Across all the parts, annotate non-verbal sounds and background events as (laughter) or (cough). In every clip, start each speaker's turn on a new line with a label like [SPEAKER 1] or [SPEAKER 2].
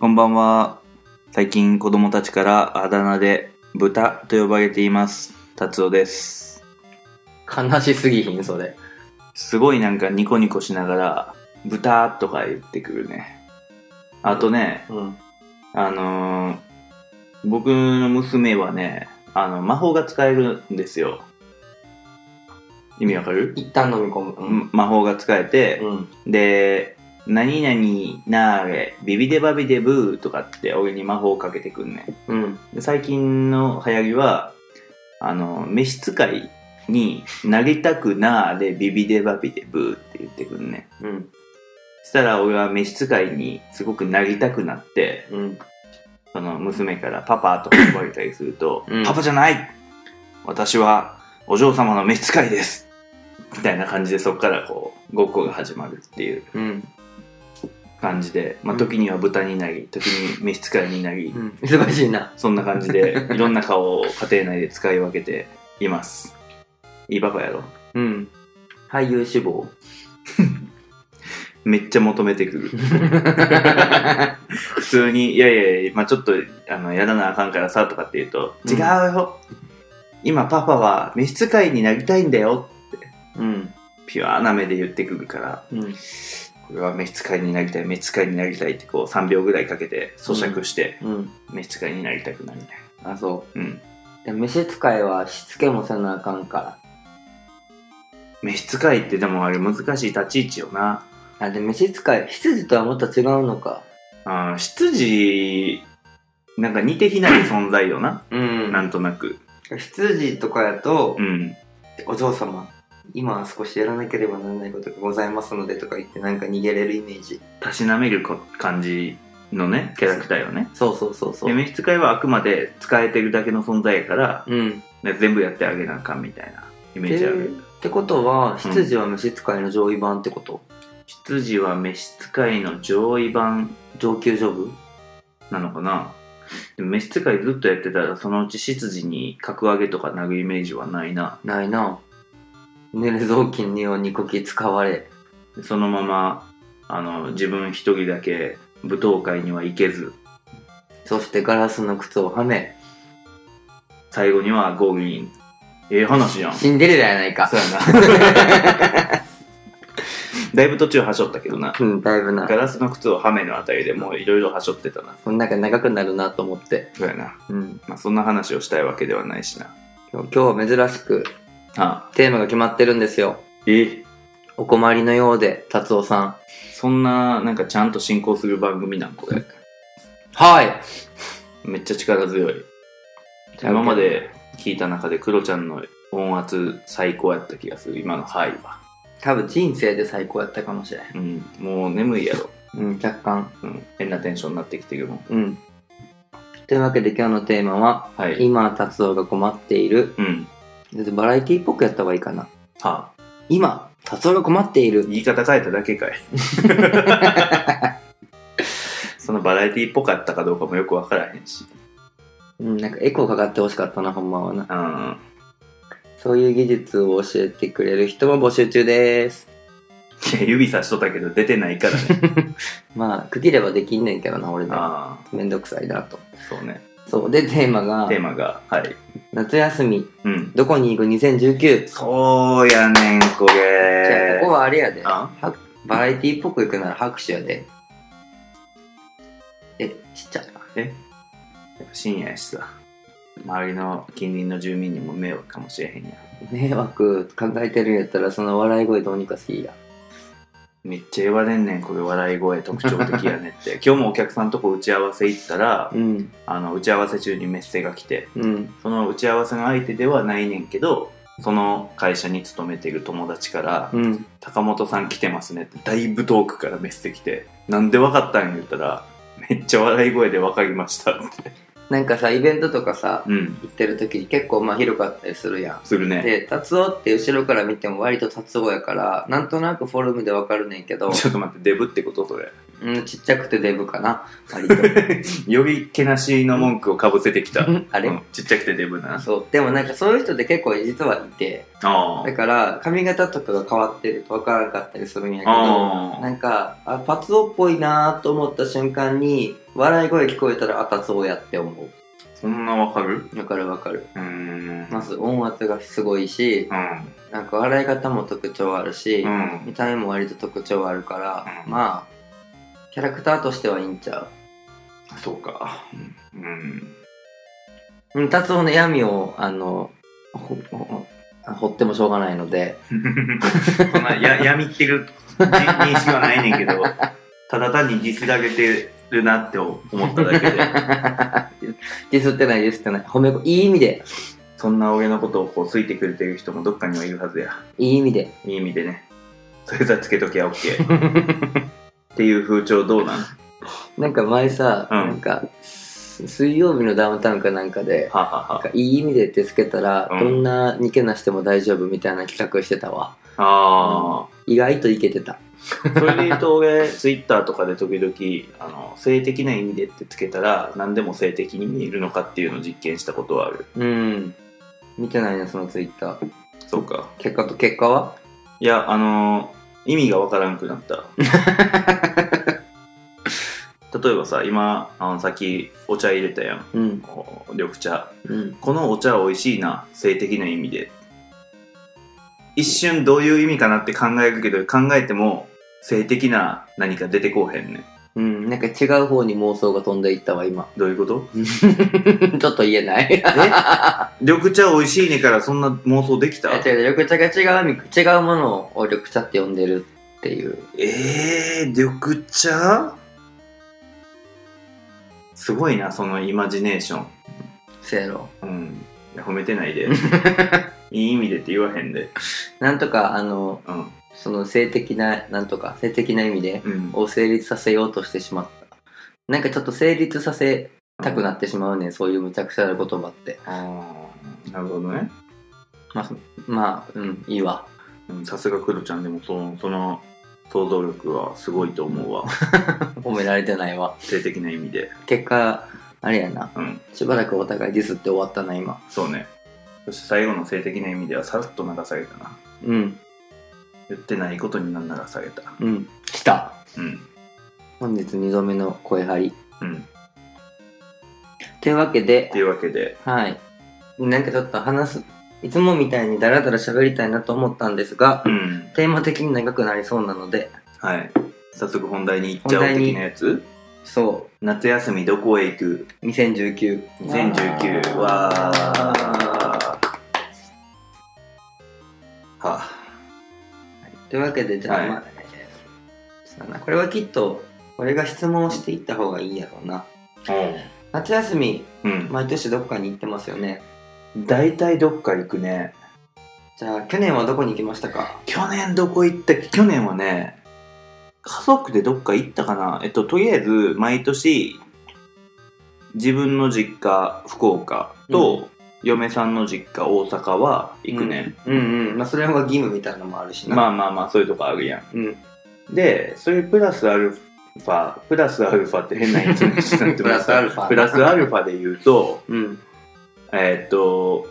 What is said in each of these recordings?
[SPEAKER 1] こんばんは。最近子供たちからあだ名で豚と呼ばれています。達夫です。
[SPEAKER 2] 悲しすぎひん、それ。
[SPEAKER 1] すごいなんかニコニコしながら豚とか言ってくるね。あとね、
[SPEAKER 2] うん。
[SPEAKER 1] あのー僕の娘はね、あの、魔法が使えるんですよ。意味わかる、
[SPEAKER 2] 一旦飲み込む。うん。
[SPEAKER 1] 魔法が使えて、
[SPEAKER 2] うん。
[SPEAKER 1] で、何々なーれ、ビビデバビデブーとかって俺に魔法をかけてくんね。
[SPEAKER 2] うん。
[SPEAKER 1] で最近の流行りは、あの、飯使いになりたくなーでビビデバビデブーって言ってくんね。
[SPEAKER 2] うん。
[SPEAKER 1] したら俺は飯使いにすごくなりたくなって、
[SPEAKER 2] うん。
[SPEAKER 1] その娘からパパと呼ばれたりすると、
[SPEAKER 2] うん
[SPEAKER 1] パパじゃない私はお嬢様の飯使いですみたいな感じでそっからこう、ごっこが始まるっていう
[SPEAKER 2] うん。
[SPEAKER 1] 感じで、まあ
[SPEAKER 2] うん
[SPEAKER 1] 時には豚になり、時に飯使いになり
[SPEAKER 2] う、ん。忙しいな。
[SPEAKER 1] そんな感じ
[SPEAKER 2] (laughs)
[SPEAKER 1] で、いろんな顔を家庭内で使い分けています。いいパパやろ
[SPEAKER 2] うん。俳優志望。
[SPEAKER 1] めっちゃ求めてくる。普通に、いやいやいや、まあちょっと、あの、やらなあかんからさ、とかって言うと、
[SPEAKER 2] うん
[SPEAKER 1] 違うよ今パパは召使いになりたいんだよ
[SPEAKER 2] (laughs) うん。
[SPEAKER 1] ピュアな目で言ってくるから、
[SPEAKER 2] うん。
[SPEAKER 1] これは召使いになりたい、召使いになりたいってこう3秒ぐらいかけて咀嚼して、
[SPEAKER 2] うん。
[SPEAKER 1] 召使いになりたくなるね。
[SPEAKER 2] あ、そ
[SPEAKER 1] うん。
[SPEAKER 2] う。で飯使いはしつけもせなあかんか
[SPEAKER 1] 召使いってでもあれ難しい立ち位置よな。
[SPEAKER 2] ら。あ、で、飯使い、羊とはまた違うのか。
[SPEAKER 1] あー執事なんか似て非なる存在よな、
[SPEAKER 2] うん
[SPEAKER 1] なんとなく
[SPEAKER 2] 羊とかやと
[SPEAKER 1] う、ん
[SPEAKER 2] お嬢様、今は少しやらなければならないことがございますのでとか言ってなんか逃げれるイメージ。
[SPEAKER 1] たしなめるこ感じのねキャラクターよね
[SPEAKER 2] そうそうそうそ
[SPEAKER 1] で召使いはあくまで使えてるだけの存在やから
[SPEAKER 2] うん。
[SPEAKER 1] ね全部やってあげなあかんみたいなイメージあ
[SPEAKER 2] え
[SPEAKER 1] る
[SPEAKER 2] ーってことは
[SPEAKER 1] うん
[SPEAKER 2] 羊は虫使いの上位版ってこと、
[SPEAKER 1] 執事は召使いの上位版
[SPEAKER 2] 上級ジョブ
[SPEAKER 1] なのかなでも召使いずっとやってたらそのうち執事に格上げとかなるイメージはないな
[SPEAKER 2] ないな寝る雑巾にを2こき使われ
[SPEAKER 1] でそのままあの自分一人だけ舞踏会には行けず
[SPEAKER 2] そしてガラスの靴をはめ
[SPEAKER 1] 最後にはゴールイン。ええ話やん。そ
[SPEAKER 2] シンデレラやないか
[SPEAKER 1] うやな。 (laughs) だいぶ途中はしょったけどな。
[SPEAKER 2] うんだいぶな
[SPEAKER 1] ガラスの靴をはめのあたりでもういろいろはしょってたな。
[SPEAKER 2] なんか長くなるなと思って、
[SPEAKER 1] そうやな。
[SPEAKER 2] うん、
[SPEAKER 1] まあそんな話をしたいわけではないしな。
[SPEAKER 2] 今日今日は珍しく
[SPEAKER 1] あ、
[SPEAKER 2] テーマが決まってるんですよ
[SPEAKER 1] え
[SPEAKER 2] お困りのようで達夫さん
[SPEAKER 1] そんななんかちゃんと進行する番組なんこれ。
[SPEAKER 2] はい
[SPEAKER 1] めっちゃ力強い。今まで聞いた中でクロちゃんの音圧最高やった気がする。今のハイは。
[SPEAKER 2] 多分人生で最高やったかもしれん
[SPEAKER 1] うん。もう眠いやろ。
[SPEAKER 2] うん若干
[SPEAKER 1] うん。変なテンションになってきてるもん。
[SPEAKER 2] うんというわけで今日のテーマは
[SPEAKER 1] はい。
[SPEAKER 2] 今達夫が困っている
[SPEAKER 1] うん。
[SPEAKER 2] バラエティっぽくやった方がいいかな
[SPEAKER 1] はあ、
[SPEAKER 2] 今達夫が困っている
[SPEAKER 1] 言い方変えただけかい。 (laughs) そのバラエティっぽかったかどうかもよくわからへんし。
[SPEAKER 2] うんなんかエコーかかってほしかったなほんまはな
[SPEAKER 1] うん。
[SPEAKER 2] そういう技術を教えてくれる人も募集中です
[SPEAKER 1] いや指さしとったけど出てないから (laughs) ね。
[SPEAKER 2] まあ区切ればできんねんけどな俺で
[SPEAKER 1] あ
[SPEAKER 2] めんどくさいなと
[SPEAKER 1] あ、そうね。
[SPEAKER 2] そうでテーマが
[SPEAKER 1] テーマが、はい。
[SPEAKER 2] 「夏休み
[SPEAKER 1] うん。
[SPEAKER 2] どこに行く2019」じ
[SPEAKER 1] そうやねん、こ
[SPEAKER 2] ゃあ
[SPEAKER 1] れ
[SPEAKER 2] ここ。はあれやで
[SPEAKER 1] あ
[SPEAKER 2] はバラエティっぽく行くなら拍手やでえちっちゃ
[SPEAKER 1] やっぱ深夜やしさ。周りの近隣の住民にも迷惑かもしれへんや。
[SPEAKER 2] 迷惑考えてるんやったらその笑い声どうにかしいや
[SPEAKER 1] めっちゃ言われんねん、これ笑い声特徴的やね (laughs) って。今日もお客さんとこ打ち合わせ行ったら、
[SPEAKER 2] うん
[SPEAKER 1] あの、打ち合わせ中にメッセが来て、
[SPEAKER 2] うん
[SPEAKER 1] その打ち合わせの相手ではないねんけど、その会社に勤めてる友達から、
[SPEAKER 2] うん
[SPEAKER 1] 高本さん来てますねって、だいぶ遠くからメッセ来て、なんで分かったん言ったら、めっちゃ笑い声で分かりましたって。
[SPEAKER 2] なんかさイベントとかさ
[SPEAKER 1] うん。
[SPEAKER 2] 行ってる時に結構まあ広かったりするやん
[SPEAKER 1] するね。
[SPEAKER 2] で達夫って後ろから見ても割と達夫やからなんとなくフォルムでわかるねんけど、
[SPEAKER 1] ちょっと待って、デブってことそれ。
[SPEAKER 2] うん、ちっちゃくてデブかな割と
[SPEAKER 1] よりけなしの文句をかぶせてきた。
[SPEAKER 2] (laughs) あれ、
[SPEAKER 1] うんちっちゃくてデブな。
[SPEAKER 2] そうでもなんかそういう人って結構実はいて
[SPEAKER 1] あ
[SPEAKER 2] だから髪型とかが変わってるとわからなかったりするんやけ
[SPEAKER 1] あ。
[SPEAKER 2] ど
[SPEAKER 1] ああ。
[SPEAKER 2] なんかあ達夫っぽいなと思った瞬間に笑い声聞こえたら赤そうやって思
[SPEAKER 1] そんなわかる
[SPEAKER 2] う。わかるわかる。
[SPEAKER 1] うーん。
[SPEAKER 2] まず音圧がすごいし、
[SPEAKER 1] うん。
[SPEAKER 2] なんか笑い方も特徴あるし、
[SPEAKER 1] うん。
[SPEAKER 2] 見た目も割と特徴あるから、
[SPEAKER 1] うん
[SPEAKER 2] まあ、キャラクターとしてはいいんちゃ
[SPEAKER 1] そうか。うん。
[SPEAKER 2] う。うん、達夫の闇を、あの、ほほ掘ってもしょうがないので、
[SPEAKER 1] (laughs) そんなや闇ってる認識はないねんけど、ただ単にディスられてるなって思っただけで、
[SPEAKER 2] ディスってないディスってない。褒めこ、いい意味で、
[SPEAKER 1] そんな俺のことをこう好いてくれてる人もどっかにはいるはずや。
[SPEAKER 2] いい意味で。
[SPEAKER 1] いい意味でね。それさつけときゃ OK。っていう風潮どうなんは
[SPEAKER 2] なんか前さ、
[SPEAKER 1] うん
[SPEAKER 2] なんか、す水曜日のダウンタウンかなんかで、
[SPEAKER 1] あはあ
[SPEAKER 2] なん
[SPEAKER 1] は
[SPEAKER 2] かいい意味でってつけたら、
[SPEAKER 1] うん
[SPEAKER 2] どんなにけなしても大丈夫みたいな企画してたわ。
[SPEAKER 1] あ。あ
[SPEAKER 2] 意外といけてた。
[SPEAKER 1] あ。それで言うと俺、ツイッターとかで時々、あの、性的な意味でってつけたら、何でも性的に見えるのかっていうのを実験したことはある。
[SPEAKER 2] うん。見てないな、そのツイッター。
[SPEAKER 1] そうか。
[SPEAKER 2] 結果と結果はい
[SPEAKER 1] や、あのー意味がわからんくなった。例えばさ、今、あの、さっきお茶入れたやん。
[SPEAKER 2] うん。
[SPEAKER 1] お緑茶。
[SPEAKER 2] うん。
[SPEAKER 1] このお茶美味しいな、性的な意味で。一瞬どういう意味かなって考えるけど、考えても、性的な何か出てこうへんねん。
[SPEAKER 2] うん。なんか違う方に妄想が飛んでいったわ、今。
[SPEAKER 1] どういうこと
[SPEAKER 2] (laughs) ちょっと言えない。
[SPEAKER 1] 緑茶美味しいねからそんな妄想できた
[SPEAKER 2] (laughs) 違う違う、緑茶が違う意味、違うものを緑茶って呼んでるっていう。
[SPEAKER 1] えー、緑茶すごいな、そのイマジネーション。
[SPEAKER 2] せやろ。
[SPEAKER 1] うん。いや褒めてない
[SPEAKER 2] (laughs)
[SPEAKER 1] で。いい意味でって言わへんで。
[SPEAKER 2] なんとか、あの、
[SPEAKER 1] うん。
[SPEAKER 2] その性的な、なんとか、性的な意味で、
[SPEAKER 1] うん。
[SPEAKER 2] を成立させようとしてしまった。なんかちょっと成立させたくなってしまうねん、そういうむちゃくちゃな言葉って。
[SPEAKER 1] あーなるほどね。
[SPEAKER 2] まあ、そまあ、うん、いいわ。
[SPEAKER 1] うんさすがクロちゃんでもその、その想像力はすごいと思う
[SPEAKER 2] (laughs)
[SPEAKER 1] わ。
[SPEAKER 2] 褒められてないわ。
[SPEAKER 1] 性的な意味で。
[SPEAKER 2] 結果、あれやな。
[SPEAKER 1] うん。
[SPEAKER 2] しばらくお互いディスって終わったな、今。
[SPEAKER 1] そうね。そして最後の性的な意味ではさらっと流されたな。
[SPEAKER 2] うん、
[SPEAKER 1] 言ってないことに流された。
[SPEAKER 2] うん。来た。
[SPEAKER 1] うん。
[SPEAKER 2] 本日2度目の声張り。
[SPEAKER 1] うん。っ
[SPEAKER 2] というわけで
[SPEAKER 1] て、いうわけで、
[SPEAKER 2] はい。なんかちょっと話す、いつもみたいにダラダラ喋りたいなと思ったんですが、
[SPEAKER 1] うん。
[SPEAKER 2] テーマ的に長くなりそうなので、
[SPEAKER 1] はい。早速本題に行っちゃおう
[SPEAKER 2] 本題に
[SPEAKER 1] 的なやつ
[SPEAKER 2] そ
[SPEAKER 1] 夏休みどこへ行く
[SPEAKER 2] う、2019。
[SPEAKER 1] 2019わーはあ
[SPEAKER 2] というわけで、じゃあ、
[SPEAKER 1] はい
[SPEAKER 2] まあ、そうだなこれはきっと、俺が質問をしていった方がいいんやろうな。夏休み、
[SPEAKER 1] うん
[SPEAKER 2] 毎年どっかに行ってますよね。
[SPEAKER 1] 大体どっか行くね
[SPEAKER 2] じゃあ、去年はどこに行きましたか
[SPEAKER 1] 去年どこ行ったっけ去年はね家族でどっか行ったかなえっととりあえず毎年自分の実家福岡と、嫁さんの実家大阪は行くね、
[SPEAKER 2] うんうん。まあ、それは義務みたいなのもあるしな。
[SPEAKER 1] ま
[SPEAKER 2] あ、
[SPEAKER 1] あまあまあそういうとこあるやん
[SPEAKER 2] うん。
[SPEAKER 1] で、それプラスアルファ、プラスアルファって変な言い方になってます
[SPEAKER 2] (laughs) プラスアルファ
[SPEAKER 1] プラスアルファで言うと、
[SPEAKER 2] うん。
[SPEAKER 1] えーっと、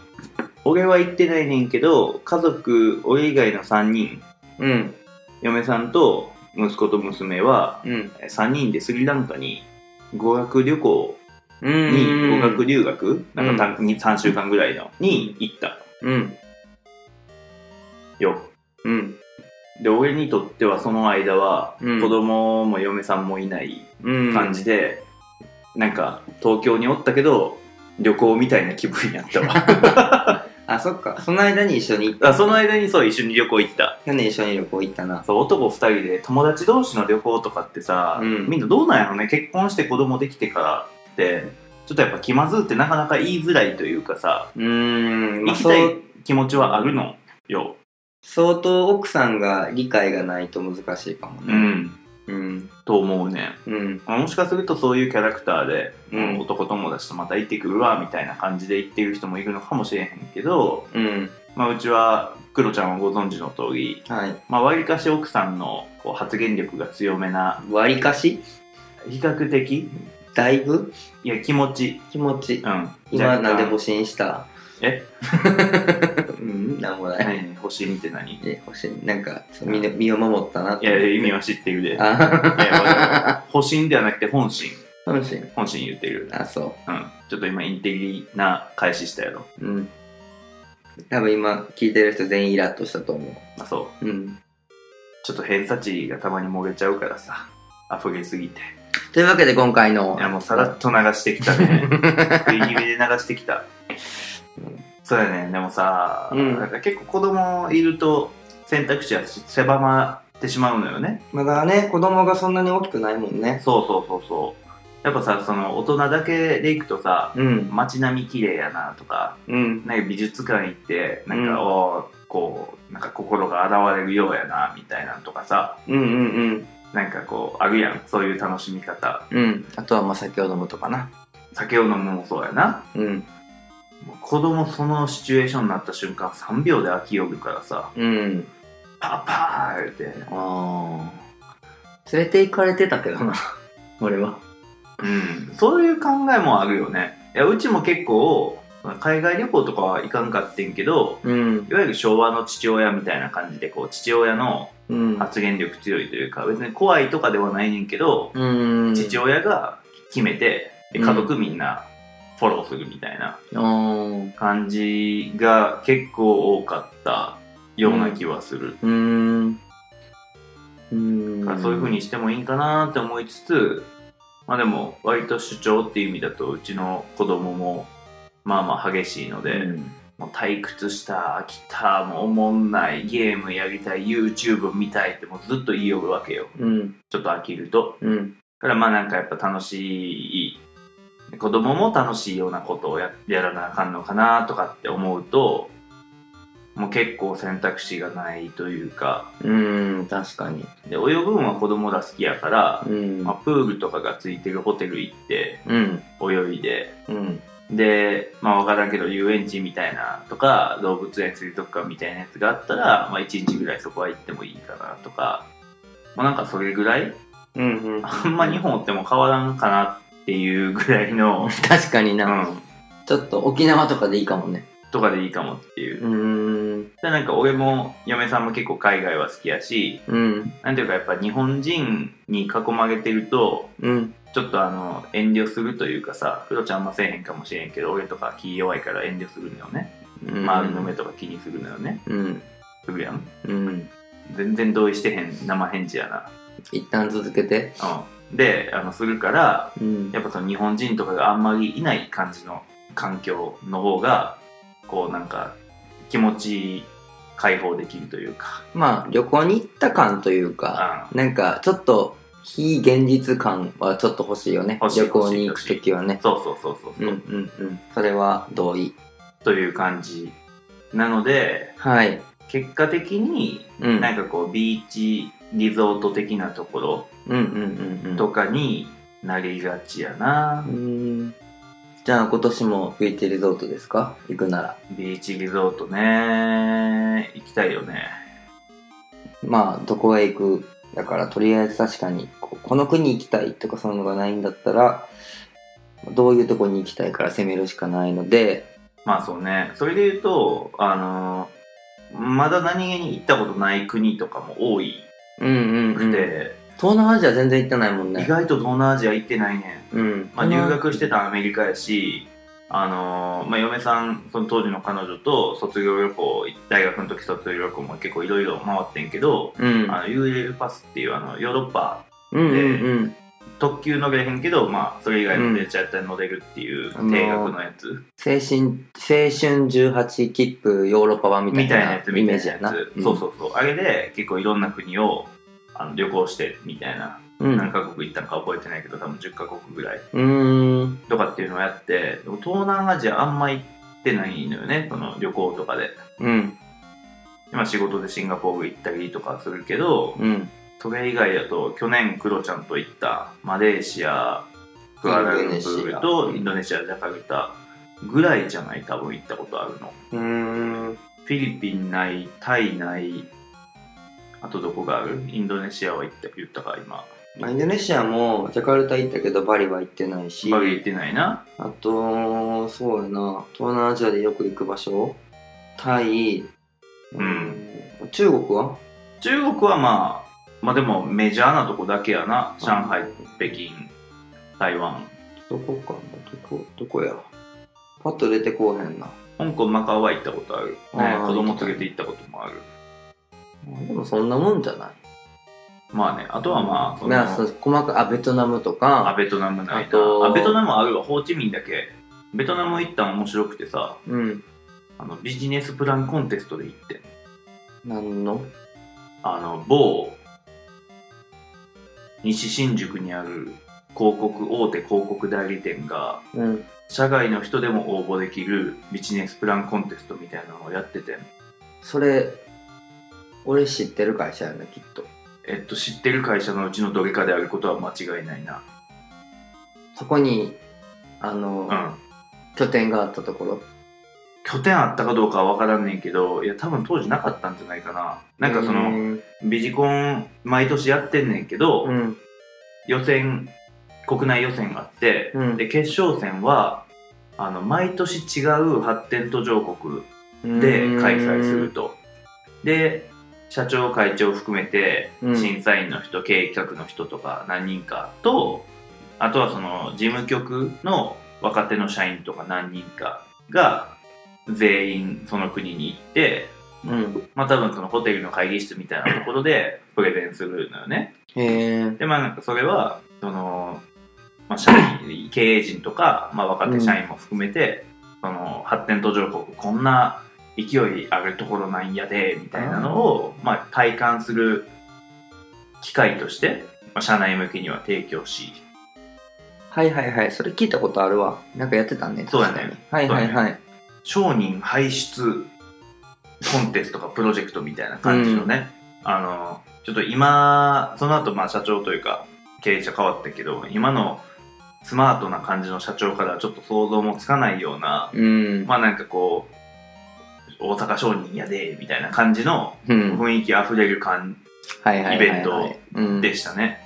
[SPEAKER 1] 俺は行ってないねんけど、家族、俺以外の3人、
[SPEAKER 2] うん。
[SPEAKER 1] 嫁さんと息子と娘は、
[SPEAKER 2] うん。
[SPEAKER 1] 3人でスリランカに語学旅行
[SPEAKER 2] う
[SPEAKER 1] に、
[SPEAKER 2] ん。
[SPEAKER 1] 語学留学なんか 3, 3週間ぐらいの、に行った
[SPEAKER 2] うん。
[SPEAKER 1] よ。
[SPEAKER 2] うん。
[SPEAKER 1] で、俺にとってはその間は、
[SPEAKER 2] うん
[SPEAKER 1] 子供も嫁さんもいない
[SPEAKER 2] うん。
[SPEAKER 1] 感じで、なんか東京におったけど旅行みたいな気分にな
[SPEAKER 2] (laughs)
[SPEAKER 1] ったわ
[SPEAKER 2] あ、そっか。その間に一緒に、
[SPEAKER 1] あその間にそう一緒に旅行行った
[SPEAKER 2] 去年一緒に旅行行ったな。
[SPEAKER 1] そう男2人で友達同士の旅行とかってさ、
[SPEAKER 2] うん
[SPEAKER 1] みんなどうなんやろね結婚して子供できてからってちょっとやっぱ気まずうってなかなか言いづらいというかさ、
[SPEAKER 2] うーん。
[SPEAKER 1] 行
[SPEAKER 2] まあ、
[SPEAKER 1] きた
[SPEAKER 2] そ、
[SPEAKER 1] いう気持ちはあるのよ
[SPEAKER 2] 相当奥さんが理解がないと難しいかも
[SPEAKER 1] う
[SPEAKER 2] ね。
[SPEAKER 1] ん
[SPEAKER 2] うん。
[SPEAKER 1] と思うね
[SPEAKER 2] うん。
[SPEAKER 1] もしかするとそういうキャラクターで、
[SPEAKER 2] うん
[SPEAKER 1] 男友達とまた行ってくるわみたいな感じで行ってる人もいるのかもしれへんけど
[SPEAKER 2] うん。
[SPEAKER 1] まあ、うちはクロちゃんはご存知の通り、
[SPEAKER 2] はい。
[SPEAKER 1] まあ、わりかし奥さんのこう発言力が強めな
[SPEAKER 2] 割りかし
[SPEAKER 1] 比較的
[SPEAKER 2] だいぶ
[SPEAKER 1] いや気持ち
[SPEAKER 2] 気持ち。
[SPEAKER 1] うん
[SPEAKER 2] 今なんで
[SPEAKER 1] 欲
[SPEAKER 2] 保身した
[SPEAKER 1] え
[SPEAKER 2] うん、なんもない。
[SPEAKER 1] 何星見て何い
[SPEAKER 2] え、保身、なんか、そう身の身を守ったなって。
[SPEAKER 1] やいや意味は知ってるでいや
[SPEAKER 2] あ
[SPEAKER 1] わかる保身ではなくて本心
[SPEAKER 2] 本心。
[SPEAKER 1] 本心言っている。
[SPEAKER 2] あ、そ
[SPEAKER 1] うん。ちょっと今、インテリな開始したやろ。
[SPEAKER 2] う。うん。多分今、聞いてる人全員イラッとしたと思
[SPEAKER 1] まあそう。
[SPEAKER 2] う。うん。
[SPEAKER 1] ちょっと偏差値がたまにもげちゃうからさ。溢れすぎて。
[SPEAKER 2] というわけで今回の。
[SPEAKER 1] いや、もうさらっと流してきたね。
[SPEAKER 2] (laughs)
[SPEAKER 1] 食い気味で流してきた。そうやね。でもさ、
[SPEAKER 2] うん
[SPEAKER 1] なんか結構子供いると選択肢は狭まってしまうのよね。
[SPEAKER 2] まだね、子供がそんなに大きくないもんね。
[SPEAKER 1] そうそうそうそう。やっぱさ、その大人だけで行くとさ、
[SPEAKER 2] うん。
[SPEAKER 1] 街並み綺麗やなとか、
[SPEAKER 2] うん。
[SPEAKER 1] なんか美術館行って、なん
[SPEAKER 2] うん
[SPEAKER 1] か、おーこう、なんか心が洗われるようやな、みたいなのとかさ、
[SPEAKER 2] うんうんうん。
[SPEAKER 1] なんかこう、あるやん、そういう楽しみ方。
[SPEAKER 2] うん。あとはまあ酒を飲むとかな。
[SPEAKER 1] 酒を飲むのもそうやな。
[SPEAKER 2] うん。
[SPEAKER 1] もう子供そのシチュエーションになった瞬間、3秒で飽きよるからさ、
[SPEAKER 2] うん。
[SPEAKER 1] パパーって。
[SPEAKER 2] ああ。連れて行かれてたけどな。 (laughs) 俺は。
[SPEAKER 1] うん。そういう考えもあるよね。いや、うちも結構、海外旅行とかは行かんかってんけど、
[SPEAKER 2] うん。
[SPEAKER 1] いわゆる昭和の父親みたいな感じで、こう、父親の
[SPEAKER 2] うん。
[SPEAKER 1] 発言力強いというか、別に怖いとかではないねんけど、
[SPEAKER 2] うん。
[SPEAKER 1] 父親が決めて、で
[SPEAKER 2] うん
[SPEAKER 1] 家族みんなフォローするみたいな
[SPEAKER 2] あー
[SPEAKER 1] 感じが結構多かったような気はする。
[SPEAKER 2] うーん。うーん。
[SPEAKER 1] そういう風にしてもいいかなって思いつつ、まあでも割と主張っていう意味だとうちの子供もまあまあ激しいので、
[SPEAKER 2] うん
[SPEAKER 1] もう退屈した、飽きた、もうおもんない、ゲームやりたい、YouTube 見たいってもうずっと言いよるわけよ。
[SPEAKER 2] うん。
[SPEAKER 1] ちょっと飽きると。
[SPEAKER 2] うん。
[SPEAKER 1] だからまあなんかやっぱ楽しい、子供も楽しいようなことをややらなあかんのかなとかって思うと、もう結構選択肢がないというか、
[SPEAKER 2] うん。確かに。
[SPEAKER 1] で、泳ぐんは子供が好きやから、
[SPEAKER 2] うん
[SPEAKER 1] まあ、。プールとかがついてるホテル行って
[SPEAKER 2] うん。
[SPEAKER 1] 泳いで
[SPEAKER 2] うん。
[SPEAKER 1] でまあ分からんけど遊園地みたいなとか動物園水族館みたいなやつがあったら、まあ、1日ぐらいそこは行ってもいいかなとか、まあ、なんかそれぐらい (laughs)
[SPEAKER 2] うん。うん。
[SPEAKER 1] あんま日本おっても変わらんかなっていうぐらいの、
[SPEAKER 2] (laughs) 確かに
[SPEAKER 1] う
[SPEAKER 2] な。
[SPEAKER 1] ん、
[SPEAKER 2] ちょっと沖縄とかでいいかもね。
[SPEAKER 1] とかでいいかもっていう
[SPEAKER 2] う。ーん。
[SPEAKER 1] でなんか俺も嫁さんも結構海外は好きやし
[SPEAKER 2] うん。
[SPEAKER 1] なんていうかやっぱ日本人に囲まれてると
[SPEAKER 2] うん。
[SPEAKER 1] ちょっとあの遠慮するというかさクロちゃんあんませえへんかもしれんけど俺とか気弱いから遠慮するのよね周りの目とか気にするのよね
[SPEAKER 2] うん。
[SPEAKER 1] するやん
[SPEAKER 2] うん。
[SPEAKER 1] 全然同意してへん生返事や
[SPEAKER 2] 一旦続けて。
[SPEAKER 1] なうんであのするから
[SPEAKER 2] うん
[SPEAKER 1] やっぱその日本人とかがあんまりいない感じの環境の方がこうなんか気持ち解放できるというか
[SPEAKER 2] まあ、旅行に行った感というか、
[SPEAKER 1] あ
[SPEAKER 2] なんか、ちょっと、非現実感はちょっと欲しいよね。
[SPEAKER 1] 欲しい
[SPEAKER 2] 旅行に行くときはね。
[SPEAKER 1] そうそうそうそう
[SPEAKER 2] う
[SPEAKER 1] そ
[SPEAKER 2] ん
[SPEAKER 1] う、
[SPEAKER 2] うんうん。それは同意。
[SPEAKER 1] という感じなので
[SPEAKER 2] はい。
[SPEAKER 1] 結果的に
[SPEAKER 2] うん。
[SPEAKER 1] なんかこうビーチリゾート的なところ
[SPEAKER 2] うんうんうんうん。
[SPEAKER 1] とかになりがちやな
[SPEAKER 2] う、ーんじゃあ今年もビーチリゾートですか行くなら。
[SPEAKER 1] ビーチリゾートね行きたいよね
[SPEAKER 2] まあ、どこへ行くだから、とりあえず確かに、ここの国行きたいとかそういうのがないんだったら、どういうとこに行きたいから攻めるしかないので、
[SPEAKER 1] まあそうねそれで言うとあのーまだ何気に行ったことない国とかも多い
[SPEAKER 2] うんうん、
[SPEAKER 1] く
[SPEAKER 2] 東
[SPEAKER 1] て、
[SPEAKER 2] 南アジア全然行ってないもんね
[SPEAKER 1] 意。外と東南アジア行ってないね
[SPEAKER 2] うん。
[SPEAKER 1] ん、まあ、留学してたアメリカやしあのーまあ、嫁さんその当時の彼女と卒業旅行大学の時卒業旅行も結構いろいろ回ってんけど、
[SPEAKER 2] うん。
[SPEAKER 1] あの UL パスっていうあのヨーロッパ
[SPEAKER 2] うんうん
[SPEAKER 1] 特急乗れへんけど、まあ、それ以外の電車やったら乗れるっていう
[SPEAKER 2] うん
[SPEAKER 1] 定額のやつ、
[SPEAKER 2] 青春、青春18切符ヨーロッパ版みた
[SPEAKER 1] み
[SPEAKER 2] い
[SPEAKER 1] たいな
[SPEAKER 2] な
[SPEAKER 1] やつ
[SPEAKER 2] イ
[SPEAKER 1] みた
[SPEAKER 2] メー
[SPEAKER 1] い
[SPEAKER 2] ジ
[SPEAKER 1] なや
[SPEAKER 2] やな。
[SPEAKER 1] つ、そうそうそうあれで結構いろんな国をあの旅行してみたいな
[SPEAKER 2] うん。うん。
[SPEAKER 1] 何カ国行ったのか覚えてないけど多分10カ国ぐらいう
[SPEAKER 2] ーん。
[SPEAKER 1] とかっていうのをやってでも東南アジアあんま行ってないのよねその旅行とかで
[SPEAKER 2] うん。
[SPEAKER 1] 今仕事でシンガポール行ったりとかするけど
[SPEAKER 2] うん。
[SPEAKER 1] それ以外だと去年クロちゃんと行ったマレーシアクアラルンプールとインドネシアジャカルタぐらいじゃない多分行ったことあるの
[SPEAKER 2] うーん。
[SPEAKER 1] フィリピンないタイないあとどこがあるインドネシアは行った言ったか今
[SPEAKER 2] まあインドネシアもジャカルタ行ったけどバリは行ってないし、
[SPEAKER 1] バリ行ってないな
[SPEAKER 2] あとそうやな東南アジアでよく行く場所タイ、うん中国は
[SPEAKER 1] 中国はまあまあでもメジャーなとこだけやな上海北京台湾
[SPEAKER 2] どこかなどこ、どこやパッと出てこうへんな。
[SPEAKER 1] 香港マカオは行ったことある、ね
[SPEAKER 2] あ、ー
[SPEAKER 1] 子供連れて行ったこともある
[SPEAKER 2] でもそんなもんじゃない。
[SPEAKER 1] まあねあとはまあそ
[SPEAKER 2] なそ
[SPEAKER 1] の
[SPEAKER 2] う細かい、あ、ベトナムと
[SPEAKER 1] あ
[SPEAKER 2] か、
[SPEAKER 1] ベトナムない
[SPEAKER 2] あ
[SPEAKER 1] な
[SPEAKER 2] と
[SPEAKER 1] あベトナムあるわホーチミンだけベトナム行ったん面白くてさ
[SPEAKER 2] うん。
[SPEAKER 1] あのビジネスプランコンテストで行って
[SPEAKER 2] なんの
[SPEAKER 1] あの某西新宿にある広告大手広告代理店が
[SPEAKER 2] うん。
[SPEAKER 1] 社外の人でも応募できるビジネスプランコンテストみたいなのをやってて
[SPEAKER 2] それ、俺知ってる会社やな、きっと。
[SPEAKER 1] えっと知ってる会社のうちのどれかであることは間違いないな
[SPEAKER 2] そこに、あの、
[SPEAKER 1] うん
[SPEAKER 2] 拠点があったところ。
[SPEAKER 1] 拠点あったかどうかは分からんねんけどいや多分当時なかったんじゃないかななんかその
[SPEAKER 2] うん
[SPEAKER 1] ビジコン毎年やってんねんけど、
[SPEAKER 2] うん。
[SPEAKER 1] 予選国内予選があって、
[SPEAKER 2] うん
[SPEAKER 1] で決勝戦はあの毎年違う発展途上国で開催するとで社長会長含めて
[SPEAKER 2] うん
[SPEAKER 1] 審査員の人、経営企画の人とか何人かとあとはその事務局の若手の社員とか何人かが全員その国に行って
[SPEAKER 2] うん。うん。
[SPEAKER 1] まあ多分そのホテルの会議室みたいなところで (laughs) プレゼンするのよね
[SPEAKER 2] へえ。
[SPEAKER 1] でまあなんかそれはその、まあ、社員経営陣とか、まあ、若手社員も含めて、その発展途上国こんな勢いあるところなんやでみたいなのを、まあ、体感する機会として、まあ、社内向けには提供し
[SPEAKER 2] はいはいはい。それ聞いたことあるわ。なんかやってたね。
[SPEAKER 1] そうやね
[SPEAKER 2] 確かにはいはいはい。
[SPEAKER 1] 商人輩出コンテストとかプロジェクトみたいな感じのね、あのちょっと今その後まあ社長というか経営者変わったけど今のスマートな感じの社長からはちょっと想像もつかないような
[SPEAKER 2] うん。
[SPEAKER 1] まあなんかこう大阪商人やでみたいな感じの
[SPEAKER 2] うん。はい
[SPEAKER 1] 雰囲気あふれる感
[SPEAKER 2] はいはいはい。
[SPEAKER 1] イベント
[SPEAKER 2] うん
[SPEAKER 1] でしたね、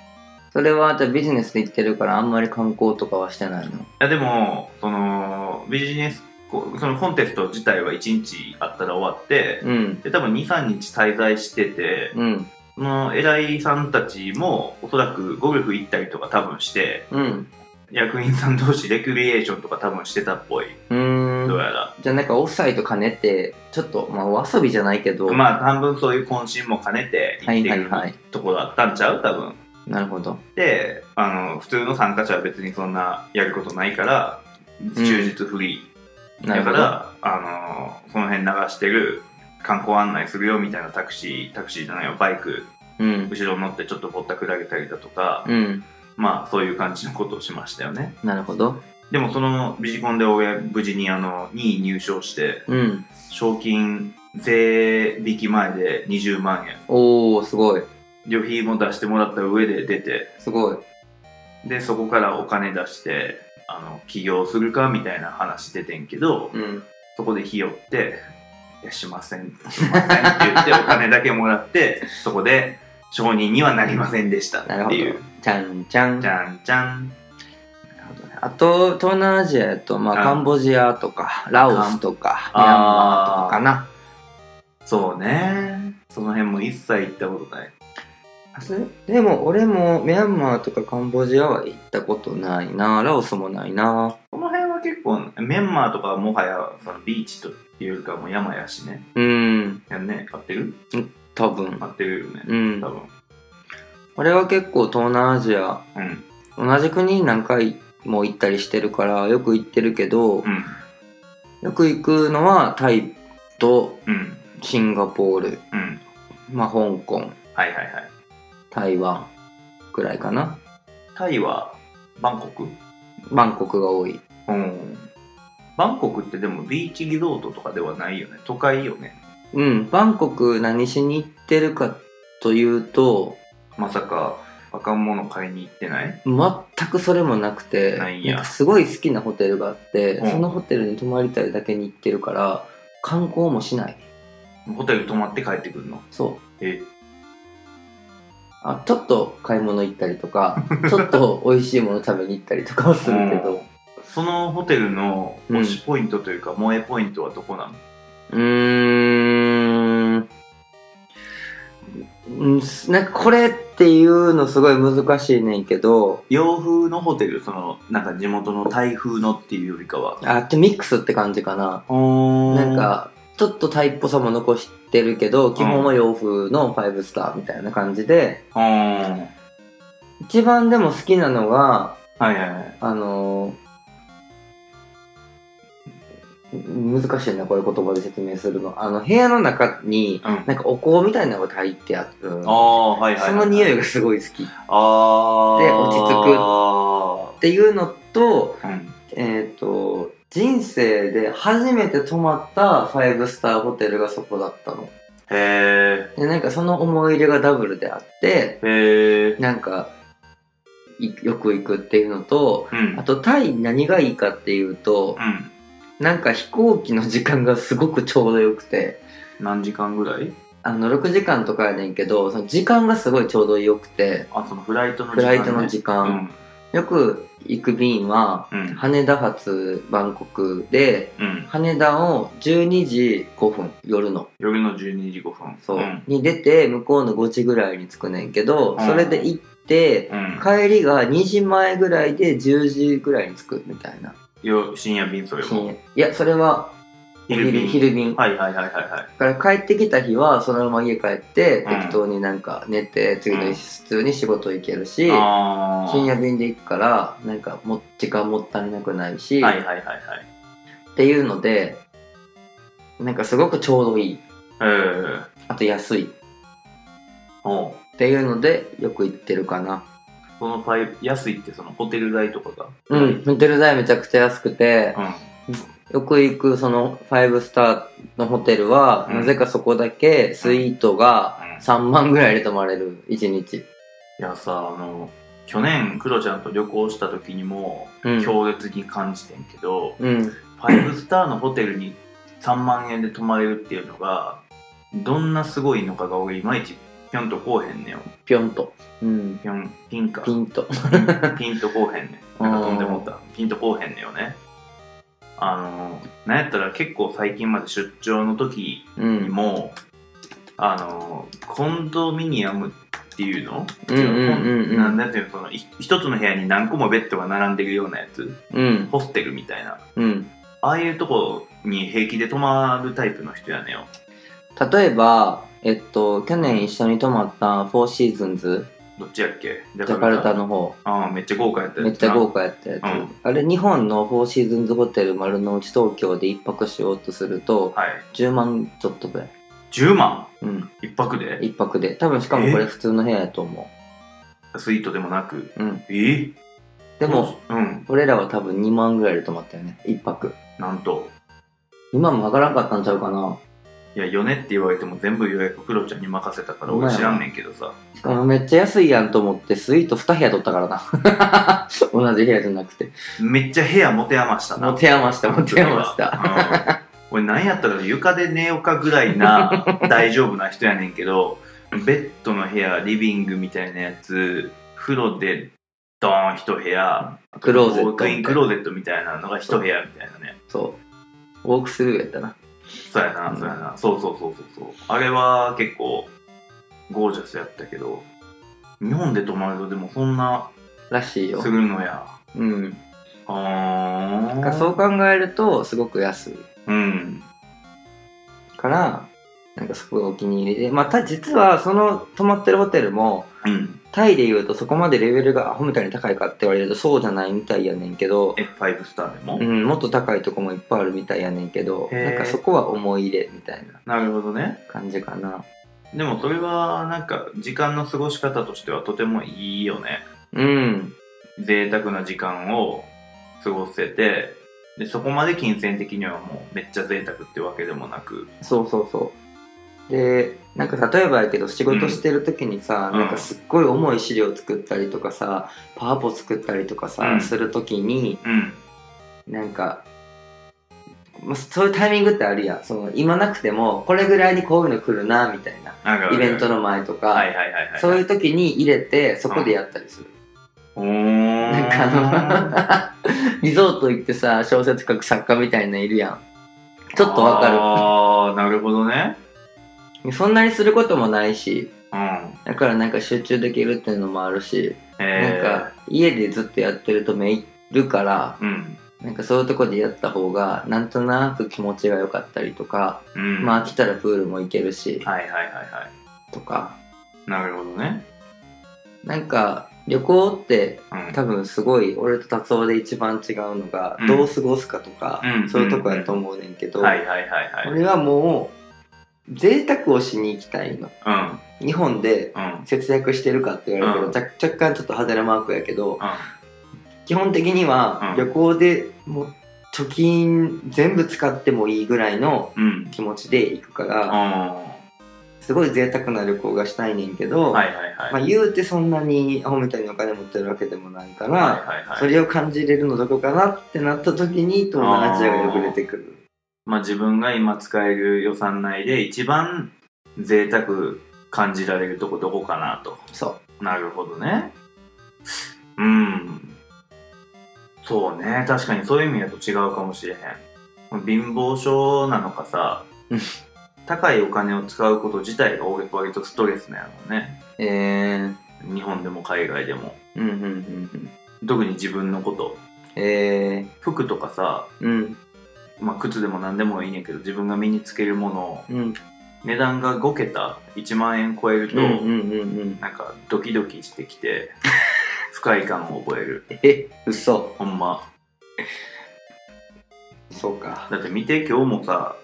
[SPEAKER 2] それはじゃあビジネスで行ってるからあんまり観光とかはしてないの。
[SPEAKER 1] いやでもそのビジネスこそのコンテスト自体は1日あったら終わって
[SPEAKER 2] うん。
[SPEAKER 1] で多分23日滞在してて、
[SPEAKER 2] うん。
[SPEAKER 1] その偉いさんたちもおそらくゴルフ行ったりとか多分して
[SPEAKER 2] うん。
[SPEAKER 1] 役員さん同士レクリエーションとか多分してたっぽいうどう
[SPEAKER 2] ーん。
[SPEAKER 1] やら、
[SPEAKER 2] じゃあなんかオフサイト兼ねて、ちょっと、まあお遊びじゃないけど。
[SPEAKER 1] まあ半分そういう懇親も兼ねて
[SPEAKER 2] は
[SPEAKER 1] 行っ
[SPEAKER 2] い
[SPEAKER 1] て
[SPEAKER 2] はい
[SPEAKER 1] る
[SPEAKER 2] はい。
[SPEAKER 1] ところだったんちゃう多分
[SPEAKER 2] なるほど。
[SPEAKER 1] であの普通の参加者は別にそんなやることないから忠実フリー、
[SPEAKER 2] な
[SPEAKER 1] だ
[SPEAKER 2] る
[SPEAKER 1] か
[SPEAKER 2] ほど。
[SPEAKER 1] らあのその辺流してる観光案内するよみたいなタクシータクシーじゃないよバイク
[SPEAKER 2] うん。
[SPEAKER 1] 後ろに乗ってちょっとぼったくらげたりだとか、
[SPEAKER 2] うん。
[SPEAKER 1] まあそういう感じのことをしましたよね
[SPEAKER 2] なるほど。
[SPEAKER 1] でもそのビジコンで俺無事にあの2位入賞して
[SPEAKER 2] うん。
[SPEAKER 1] 賞金税引き前で20万円
[SPEAKER 2] おー、すごい。
[SPEAKER 1] 旅費も出してもらった上で出て
[SPEAKER 2] すごい。
[SPEAKER 1] でそこからお金出してあの起業するかみたいな話出てんけど、
[SPEAKER 2] うん。
[SPEAKER 1] そこでひよって「いやしません」しませんって言ってお金だけもらってそこで承認にはなりませんでした
[SPEAKER 2] なる
[SPEAKER 1] っ
[SPEAKER 2] ほ
[SPEAKER 1] て
[SPEAKER 2] ど
[SPEAKER 1] いう。
[SPEAKER 2] ちゃんちゃん。
[SPEAKER 1] じゃんじゃん
[SPEAKER 2] あと、東南アジアやと、まあ
[SPEAKER 1] うん
[SPEAKER 2] カンボジアとか、ラオスとか、ミャンマーとかかな。
[SPEAKER 1] そうねその辺も一切行ったことない
[SPEAKER 2] それでも俺もミャンマーとかカンボジアは行ったことないなラオスもないな
[SPEAKER 1] この辺は結構メンマーとかはもはやそのビーチというよりかはもう山やしね
[SPEAKER 2] うん
[SPEAKER 1] やんね合ってる
[SPEAKER 2] 多分
[SPEAKER 1] 合ってるよね
[SPEAKER 2] うん
[SPEAKER 1] 多分
[SPEAKER 2] 俺は結構東南アジア
[SPEAKER 1] うん
[SPEAKER 2] 同じ国に何回も行ったりしてるからよく行ってるけど
[SPEAKER 1] うん
[SPEAKER 2] よく行くのはタイと
[SPEAKER 1] うん
[SPEAKER 2] シンガポール、
[SPEAKER 1] うん
[SPEAKER 2] まあ、香港
[SPEAKER 1] はいはいはい
[SPEAKER 2] 台湾くらいかな
[SPEAKER 1] タイはバンコク
[SPEAKER 2] バンコクが多い
[SPEAKER 1] うんバンコクってでもビーチリゾートとかではないよね都会よね
[SPEAKER 2] うんバンコク何しに行ってるかというと
[SPEAKER 1] まさか若者買いに行ってない
[SPEAKER 2] 全くそれもなくて
[SPEAKER 1] ないんや
[SPEAKER 2] んかすごい好きなホテルがあって、
[SPEAKER 1] うん
[SPEAKER 2] そのホテルに泊まりたいだけに行ってるから観光もしない
[SPEAKER 1] ホテル泊まって帰ってくるの
[SPEAKER 2] そう
[SPEAKER 1] え
[SPEAKER 2] あちょっと買い物行ったりと
[SPEAKER 1] (laughs)
[SPEAKER 2] かちょっと美味しいもの食べに行ったりとかはするけど
[SPEAKER 1] そのホテルの推しポイントというか萌えポイントはどこなの
[SPEAKER 2] うーんうんなんかこれっていうのすごい難しいねんけど、
[SPEAKER 1] 洋風のホテルそのなんか地元の台風のっていうよりかは
[SPEAKER 2] あっとミックスって感じかな。な
[SPEAKER 1] なん
[SPEAKER 2] か、ちょっとタイっぽさも残してるけど、基本は洋風のファイブスターみたいな感じで、
[SPEAKER 1] うんはい
[SPEAKER 2] 一番でも好きなのが、
[SPEAKER 1] はいはい
[SPEAKER 2] あのー難しいな、これ言葉で説明するの。あの、部屋の中に、
[SPEAKER 1] うん
[SPEAKER 2] なんかお香みたいなのが入ってある。
[SPEAKER 1] ああはいはいはい
[SPEAKER 2] その匂い
[SPEAKER 1] が
[SPEAKER 2] がすごい好き。っ
[SPEAKER 1] あー
[SPEAKER 2] で落ち着くていうのと、
[SPEAKER 1] うん
[SPEAKER 2] えっ、と、人生で初めて泊まったファイブスターホテルがそこだったの。
[SPEAKER 1] へ
[SPEAKER 2] で、なんかその思い入れがダブルであって、
[SPEAKER 1] えへえ
[SPEAKER 2] なんか、いよく行くっていうのと、
[SPEAKER 1] うん
[SPEAKER 2] あとタイ何がいいかっていうと、
[SPEAKER 1] うん
[SPEAKER 2] なんか飛行機の時間がすごくちょうどよくて、
[SPEAKER 1] 何時間ぐらい
[SPEAKER 2] あの、6時間とかやねんけど、その時間がすごいちょうどよくて、
[SPEAKER 1] あそのフライトの時
[SPEAKER 2] フ
[SPEAKER 1] 間、
[SPEAKER 2] ラ
[SPEAKER 1] ね、
[SPEAKER 2] イトの時
[SPEAKER 1] う
[SPEAKER 2] 間、
[SPEAKER 1] ん
[SPEAKER 2] よく行く便は、
[SPEAKER 1] うん
[SPEAKER 2] 羽田発バンコクで、
[SPEAKER 1] うん
[SPEAKER 2] 羽田を12時5分、夜の、
[SPEAKER 1] 夜の12時5分
[SPEAKER 2] そう、
[SPEAKER 1] うん
[SPEAKER 2] に出て、向こうの5時ぐらいに着くねんけど、
[SPEAKER 1] うん
[SPEAKER 2] それで行って、
[SPEAKER 1] うん
[SPEAKER 2] 帰りが2時前ぐらいで10時ぐらいに着くみたいな。
[SPEAKER 1] よ深夜便それ
[SPEAKER 2] 深
[SPEAKER 1] も
[SPEAKER 2] 夜いや、それは
[SPEAKER 1] 昼便
[SPEAKER 2] 昼便。
[SPEAKER 1] はいはいはいはいはい
[SPEAKER 2] だから帰ってきた日はそのまま家帰って
[SPEAKER 1] うん
[SPEAKER 2] 適当になんか寝て次の日普通に仕事行けるし、
[SPEAKER 1] あー
[SPEAKER 2] 深夜便で行くからなんかも時間もったいなくないし、
[SPEAKER 1] はいはいはいはい
[SPEAKER 2] っていうのでなんかすごくちょうどいい
[SPEAKER 1] ええー、
[SPEAKER 2] あと安いっ
[SPEAKER 1] おう
[SPEAKER 2] ていうのでよく行ってるかな
[SPEAKER 1] そのパイプ安いってそのホテル代とかが
[SPEAKER 2] うんホテル代めちゃくちゃ安くて
[SPEAKER 1] うん
[SPEAKER 2] よく行くそのファイブスターのホテルは、
[SPEAKER 1] うん
[SPEAKER 2] なぜかそこだけスイートが
[SPEAKER 1] うん
[SPEAKER 2] 3万ぐらいで泊まれる1日
[SPEAKER 1] いやさあの去年クロちゃんと旅行した時にも
[SPEAKER 2] うん
[SPEAKER 1] 強烈に感じてんけど、
[SPEAKER 2] うん
[SPEAKER 1] ファイブスターのホテルに3万円で泊まれるっていうのがどんなすごいのかが俺いまいちピョンとこうへんねよ
[SPEAKER 2] ぴょんとうん
[SPEAKER 1] ピョンピンか
[SPEAKER 2] ピンと
[SPEAKER 1] ピンとこうへん
[SPEAKER 2] (laughs)
[SPEAKER 1] ねんなんか飛んでもったピンとこうへんねよねあのなんやったら結構最近まで出張の時
[SPEAKER 2] う
[SPEAKER 1] に
[SPEAKER 2] ん。
[SPEAKER 1] もあのコンドミニアムっていうの、
[SPEAKER 2] うんうんうんうん
[SPEAKER 1] なんだっていうのそのい一つの部屋に何個もベッドが並んでるようなやつ
[SPEAKER 2] うん。
[SPEAKER 1] ホステルみたいな
[SPEAKER 2] うん。
[SPEAKER 1] ああいうとこに平気で泊まるタイプの人やねよ
[SPEAKER 2] 例えば、えっと、去年一緒に泊まったフォーシーズンズ、
[SPEAKER 1] どっちやっけジ
[SPEAKER 2] ジャカルタの方、
[SPEAKER 1] ああめっちゃ豪華やったやつな
[SPEAKER 2] めっちゃ豪華やったやつ。
[SPEAKER 1] うん
[SPEAKER 2] あれ、日本のフォーシーズンズホテル丸の内東京で一泊しようとすると、
[SPEAKER 1] はい
[SPEAKER 2] 10万ちょっとぐらい。
[SPEAKER 1] 10万
[SPEAKER 2] うん。
[SPEAKER 1] 一泊で
[SPEAKER 2] 一泊で。多分しかもこれ
[SPEAKER 1] え
[SPEAKER 2] 普通の部屋やと思
[SPEAKER 1] スイートでもなく
[SPEAKER 2] う。うん。
[SPEAKER 1] え
[SPEAKER 2] でも、
[SPEAKER 1] うん
[SPEAKER 2] 俺らは多分2万ぐらいで泊まったよね。一泊。
[SPEAKER 1] なんと
[SPEAKER 2] 今もわからんかったんちゃうかな。
[SPEAKER 1] いやよねって言われても全部予約クロちゃんに任せたから俺知らんねんけどさ
[SPEAKER 2] しかもめっちゃ安いやんと思って、スイート2部屋取ったからな。 (laughs) 同じ部屋じゃなくて。
[SPEAKER 1] めっちゃ部屋持て余したな
[SPEAKER 2] 持て余した、持て余した。
[SPEAKER 1] うん、俺なんやったら床で寝ようかぐらい
[SPEAKER 2] (laughs)
[SPEAKER 1] な大丈夫な人やねんけどベッドの部屋リビングみたいなやつ風呂でドーン一部屋
[SPEAKER 2] クローゼッ
[SPEAKER 1] ウ
[SPEAKER 2] ト
[SPEAKER 1] ォーク
[SPEAKER 2] みた
[SPEAKER 1] イ
[SPEAKER 2] い
[SPEAKER 1] ン
[SPEAKER 2] な
[SPEAKER 1] クローゼットみたいなのが一部屋みたいなね
[SPEAKER 2] そうウォークスルーやったな
[SPEAKER 1] そうやなそうやなそうそうそうそうそうあれは結構ゴージャスやったけど日本で泊まるとでもそんな
[SPEAKER 2] らしいよ
[SPEAKER 1] するのや
[SPEAKER 2] うん
[SPEAKER 1] あ
[SPEAKER 2] だから
[SPEAKER 1] ー
[SPEAKER 2] そう考えるとすごく安い
[SPEAKER 1] うん
[SPEAKER 2] からなんかすごいお気に入りでまあた実はその泊まってるホテルも
[SPEAKER 1] うん
[SPEAKER 2] タイでいうとそこまでレベルがアホみたいに高いかって言われるとそうじゃないみたいやねんけど、
[SPEAKER 1] え5スターでも、
[SPEAKER 2] うん、もっと高いとこもいっぱいあるみたいやねんけど
[SPEAKER 1] へー
[SPEAKER 2] なんかそこは思い入れみたいな
[SPEAKER 1] なるほどね
[SPEAKER 2] 感じかな
[SPEAKER 1] でもそれはなんか時間の過ごし方としてはとてもいいよね
[SPEAKER 2] うん
[SPEAKER 1] 贅沢な時間を過ごせてでそこまで金銭的にはもうめっちゃ贅沢ってわけでもなく
[SPEAKER 2] そうそうそうでなんか例えばやけど仕事してる時にさ、
[SPEAKER 1] うん
[SPEAKER 2] なんかすっごい重い資料作ったりとかさパワポ作ったりとかさ、
[SPEAKER 1] うん
[SPEAKER 2] する時に
[SPEAKER 1] うん
[SPEAKER 2] なんか、まあ、そういうタイミングってあるやんその今なくてもこれぐらいにこういうの来るなみたいな
[SPEAKER 1] なんか
[SPEAKER 2] イベントの前とか、
[SPEAKER 1] はいはいはいはい
[SPEAKER 2] そういう
[SPEAKER 1] う
[SPEAKER 2] 時に入れてそこでやったりする、
[SPEAKER 1] おー
[SPEAKER 2] なんかあの (laughs) リゾート行ってさ小説書く作家みたいなのいるやんちょっとわか
[SPEAKER 1] ああなるほどね
[SPEAKER 2] るそんなにすることもないし
[SPEAKER 1] うん。
[SPEAKER 2] だからなんか集中できるっていうのもあるし、
[SPEAKER 1] えー、
[SPEAKER 2] なんか家でずっとやってるとめいるから
[SPEAKER 1] うん。
[SPEAKER 2] なんかそういうとこでやった方がなんとなく気持ちが良かったりとか、
[SPEAKER 1] うん。
[SPEAKER 2] まあ飽きたらプールも行けるし
[SPEAKER 1] はいはいはいは
[SPEAKER 2] とか
[SPEAKER 1] い。なるほどね。
[SPEAKER 2] なんか旅行って
[SPEAKER 1] うん。
[SPEAKER 2] 多分すごい俺と達夫で一番違うのが、
[SPEAKER 1] うん
[SPEAKER 2] どう過ごすかとか、
[SPEAKER 1] うん
[SPEAKER 2] そういうとこやと思うねんけど、
[SPEAKER 1] はいはいはいはい。
[SPEAKER 2] 俺はもう贅沢をしに行きたいの
[SPEAKER 1] うん。
[SPEAKER 2] 日本で
[SPEAKER 1] うん。うん。
[SPEAKER 2] 節約してるかって言われ
[SPEAKER 1] うん
[SPEAKER 2] たら、若干ちょっと派手なマークやけど基本的に
[SPEAKER 1] う
[SPEAKER 2] は
[SPEAKER 1] ん
[SPEAKER 2] 旅行でもう貯金全部使ってもいいぐらいの
[SPEAKER 1] うん。
[SPEAKER 2] 気持ちで行くか
[SPEAKER 1] うん。
[SPEAKER 2] ら、
[SPEAKER 1] は
[SPEAKER 2] すごい贅沢な旅行がしたいねんけど、
[SPEAKER 1] いはいはい。
[SPEAKER 2] まあ、言うてそんなにアホみたいにお金持ってるわけでもないから、
[SPEAKER 1] はいはいはい。
[SPEAKER 2] それを感じれるのどこかなってなった時に東南アジアがよく出てくる
[SPEAKER 1] まあ、自分が今使える予算内で一番贅沢感じられるとこどこかなと
[SPEAKER 2] そ
[SPEAKER 1] なるほどねうんそうね確かにそういう意味だと違うかもしれへん貧乏症なのかさ
[SPEAKER 2] うん
[SPEAKER 1] 高いお金を使うこと自体が俺割とストレスなんやろうね
[SPEAKER 2] うえー、
[SPEAKER 1] 日本でも海外でも
[SPEAKER 2] うんうんうんうん
[SPEAKER 1] 特に自分のこと
[SPEAKER 2] え
[SPEAKER 1] 服とかさ、
[SPEAKER 2] ー、うん
[SPEAKER 1] まあ、靴でも何でもいいねんけど自分が身につけるものを
[SPEAKER 2] うん
[SPEAKER 1] 値段が5桁1万円超えると、
[SPEAKER 2] うんうんうんうん
[SPEAKER 1] なんかドキドキしてきて (laughs) 不快感を覚える
[SPEAKER 2] え嘘
[SPEAKER 1] ほんま
[SPEAKER 2] そうか
[SPEAKER 1] だって見て今日もさ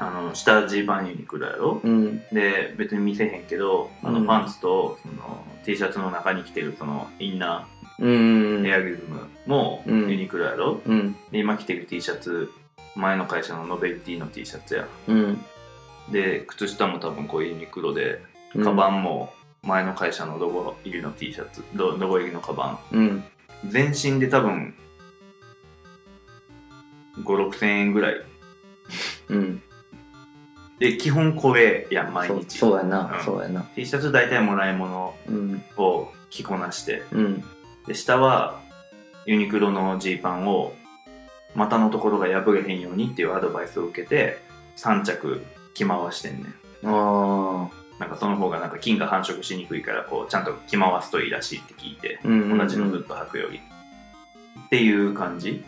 [SPEAKER 1] あの下地版ユニクロやろ
[SPEAKER 2] うん
[SPEAKER 1] で別に見せへんけどあ
[SPEAKER 2] う
[SPEAKER 1] の
[SPEAKER 2] ん
[SPEAKER 1] パンツとその T シャツの中に着てるそのインナ
[SPEAKER 2] う
[SPEAKER 1] ー
[SPEAKER 2] ん
[SPEAKER 1] エアリズムも
[SPEAKER 2] うん
[SPEAKER 1] ユニクロやろ
[SPEAKER 2] うん
[SPEAKER 1] で今着てる T シャツ前の会社のノベルティの T シャツや
[SPEAKER 2] うん
[SPEAKER 1] で靴下も多分こうユニクロでカバンも前の会社のロゴ入りの T シャツロロゴ入りのカバ
[SPEAKER 2] うん
[SPEAKER 1] ン全身で多分56000円ぐらい
[SPEAKER 2] うん
[SPEAKER 1] で基本これやん毎
[SPEAKER 2] そう
[SPEAKER 1] 日
[SPEAKER 2] そうやな、
[SPEAKER 1] うん
[SPEAKER 2] そうやな
[SPEAKER 1] T シャツ大体もらい物
[SPEAKER 2] うん
[SPEAKER 1] を着こなして
[SPEAKER 2] うん
[SPEAKER 1] で下はユニクロのジーパンを股のところが破れへんようにっていうアドバイスを受けて3着着回してんねん
[SPEAKER 2] ああ
[SPEAKER 1] なんかその方がなんか菌が繁殖しにくいからこうちゃんと着回すといいらしいって聞いて
[SPEAKER 2] うん
[SPEAKER 1] 同じのずっ
[SPEAKER 2] わ、
[SPEAKER 1] と履くより、っていう感じ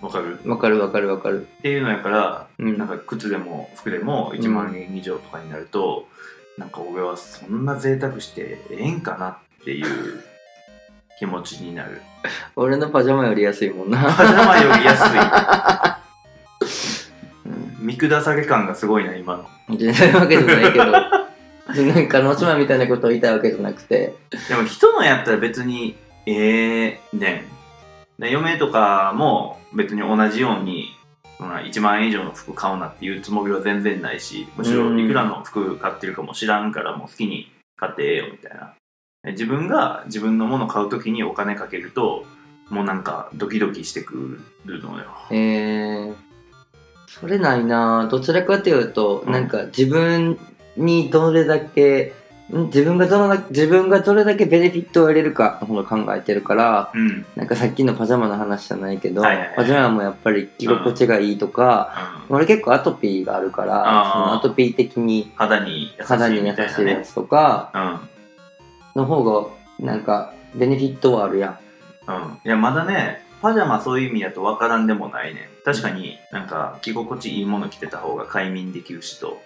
[SPEAKER 1] わかる
[SPEAKER 2] うん、わかるわかるわかる
[SPEAKER 1] っていうのやから
[SPEAKER 2] うん
[SPEAKER 1] なんか靴でも服でも1万円以上とかになると、なんか俺はそんな贅沢してええんかなっていう気持ちになる
[SPEAKER 2] 俺のパジャマより安いもんな、 (laughs)
[SPEAKER 1] パジャマより安
[SPEAKER 2] うん、
[SPEAKER 1] い見下され感がすごいな今の
[SPEAKER 2] そういうわけじゃない
[SPEAKER 1] (laughs)
[SPEAKER 2] けどなんか野島みたいなことを言いたいわけじゃなくて
[SPEAKER 1] でも人のやったら別にええねんで嫁とかも別に同じようにそんな1万円以上の服買うなっていうつもりは全然ないしむし
[SPEAKER 2] う
[SPEAKER 1] ろ
[SPEAKER 2] ん
[SPEAKER 1] いくらの服買ってるかも知らんからもう好きに買ってええよみたいなで自分が自分のもの買う時にお金かけるともうなんかドキドキしてくるのよ
[SPEAKER 2] えー、それないなどちらかというと、
[SPEAKER 1] うん
[SPEAKER 2] なんか自分にどれだけん自分がどのだ自分がどれだけベネフィットを得れるかの方が考えてるから
[SPEAKER 1] うん、うん、
[SPEAKER 2] なんかさっきのパジャマの話じゃないけど、
[SPEAKER 1] はいはいはい
[SPEAKER 2] パジャマもやっぱり着心地がいいとか、俺結構アトピーがあるから
[SPEAKER 1] あー
[SPEAKER 2] そのアトピー的に
[SPEAKER 1] 肌に優し
[SPEAKER 2] 肌に
[SPEAKER 1] い
[SPEAKER 2] 優
[SPEAKER 1] みたいな
[SPEAKER 2] しいや
[SPEAKER 1] ね
[SPEAKER 2] つとか
[SPEAKER 1] うん
[SPEAKER 2] の方がなんかベネフィットはあるやん
[SPEAKER 1] うん、いやまだねパジャマそういう意味だとわからんでもないね確かになんか着心地いいもの着てた方が快眠できるしと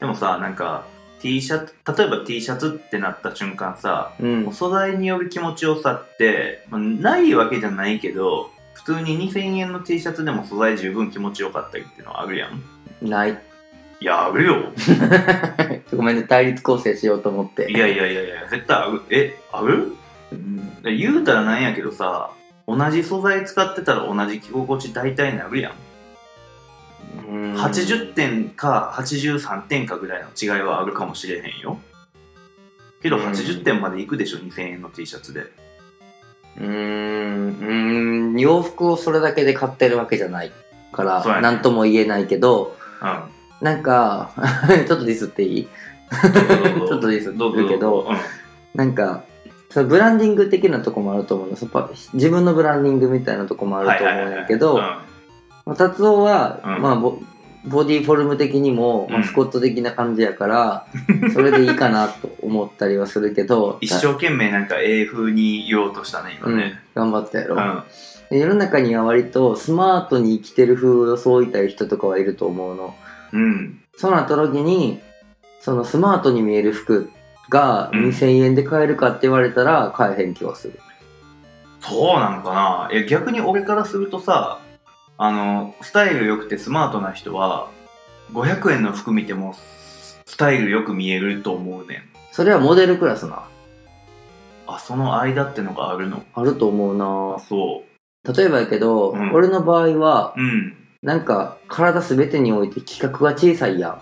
[SPEAKER 1] でもさなんか T シャツ例えば T シャツってなった瞬間さ
[SPEAKER 2] うん
[SPEAKER 1] もう素材による気持ちよさって、まあないわけじゃないけど普通に2000円の T シャツでも素材十分気持ちよかったりっていうのはあるやん
[SPEAKER 2] ない
[SPEAKER 1] いやあるよ
[SPEAKER 2] ごめんね対立構成しようと思って
[SPEAKER 1] いやいやいやいや絶対あるえある
[SPEAKER 2] うん
[SPEAKER 1] で言うたらなんやけどさ同じ素材使ってたら同じ着心地大体なるやん
[SPEAKER 2] うん
[SPEAKER 1] 80点か83点かぐらいの違いはあるかもしれへんよけど
[SPEAKER 2] うん
[SPEAKER 1] 80点までいくでしょ2000円の T シャツで
[SPEAKER 2] うーんうーん洋服をそれだけで買ってるわけじゃないか
[SPEAKER 1] そうや
[SPEAKER 2] ら
[SPEAKER 1] ね
[SPEAKER 2] 何とも言えないけど
[SPEAKER 1] う
[SPEAKER 2] なんか (laughs) ちょっとディスっていい
[SPEAKER 1] ん
[SPEAKER 2] (laughs) ちょっとです言うけど
[SPEAKER 1] うんうん
[SPEAKER 2] なんかそのブランディング的なとこもあると思うのそこ自分のブランディングみたいなとこもあると思うんだけど
[SPEAKER 1] はいはいはい
[SPEAKER 2] まあ達夫は、
[SPEAKER 1] うん
[SPEAKER 2] まあぼボディフォルム的にも
[SPEAKER 1] うん
[SPEAKER 2] マスコット的な感じやから、それでいいかなと思ったりはするけど
[SPEAKER 1] (laughs) 一生懸命なんか英風に言おうとしたね、今
[SPEAKER 2] うん
[SPEAKER 1] ね。、
[SPEAKER 2] 頑張ったや
[SPEAKER 1] う
[SPEAKER 2] ろ、
[SPEAKER 1] ん。あ
[SPEAKER 2] で世の中には割とスマートに生きてる風を装いたい人とかはいると思うの
[SPEAKER 1] うん。
[SPEAKER 2] そうなった時にそのスマートに見える服が
[SPEAKER 1] うん
[SPEAKER 2] 2000円で買えるかって言われたら買えへん気はする、
[SPEAKER 1] そうなのかないや、逆に俺からするとさ、あの、スタイル良くてスマートな人は、500円の服見ても、スタイルよく見えると思うねん。
[SPEAKER 2] それはモデルクラスな
[SPEAKER 1] あ、その間ってのがあるの
[SPEAKER 2] あると思う
[SPEAKER 1] あ、
[SPEAKER 2] な
[SPEAKER 1] そ
[SPEAKER 2] 例えばやけど、
[SPEAKER 1] うん
[SPEAKER 2] 俺の場合は
[SPEAKER 1] う。うん。
[SPEAKER 2] なんか体全てにおいて規格が小さいやん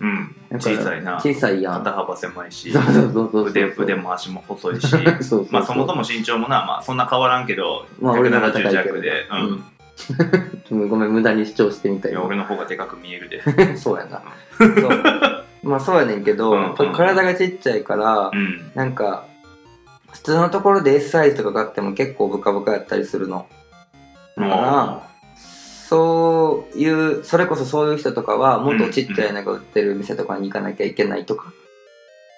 [SPEAKER 1] うん。
[SPEAKER 2] なんか
[SPEAKER 1] 小さいな。
[SPEAKER 2] 小さいやん
[SPEAKER 1] 肩幅狭いし
[SPEAKER 2] そう、そうそうそう
[SPEAKER 1] 腕腕も足も細いし。
[SPEAKER 2] そうそう
[SPEAKER 1] まあそもそ
[SPEAKER 2] も
[SPEAKER 1] も身長もな、まあそんな変わらんけど、
[SPEAKER 2] まあ俺の方が高いけ
[SPEAKER 1] 170
[SPEAKER 2] ど
[SPEAKER 1] 弱で、うん。
[SPEAKER 2] (laughs) ごめん無駄に主張してみた
[SPEAKER 1] い
[SPEAKER 2] い
[SPEAKER 1] や、
[SPEAKER 2] な
[SPEAKER 1] 俺の方がでかく見えるで。
[SPEAKER 2] そうや (laughs) な
[SPEAKER 1] (laughs)
[SPEAKER 2] そうまあそうやねんけど、
[SPEAKER 1] うん
[SPEAKER 2] やっぱり体がちっちゃいから、
[SPEAKER 1] うん。
[SPEAKER 2] なんか普通のところで S サイズとか買っても結構ブカブカやったりするのだからそういうそれこそそういう人とかはもっとちっちゃいのが売ってる店とかに行かなきゃいけないとか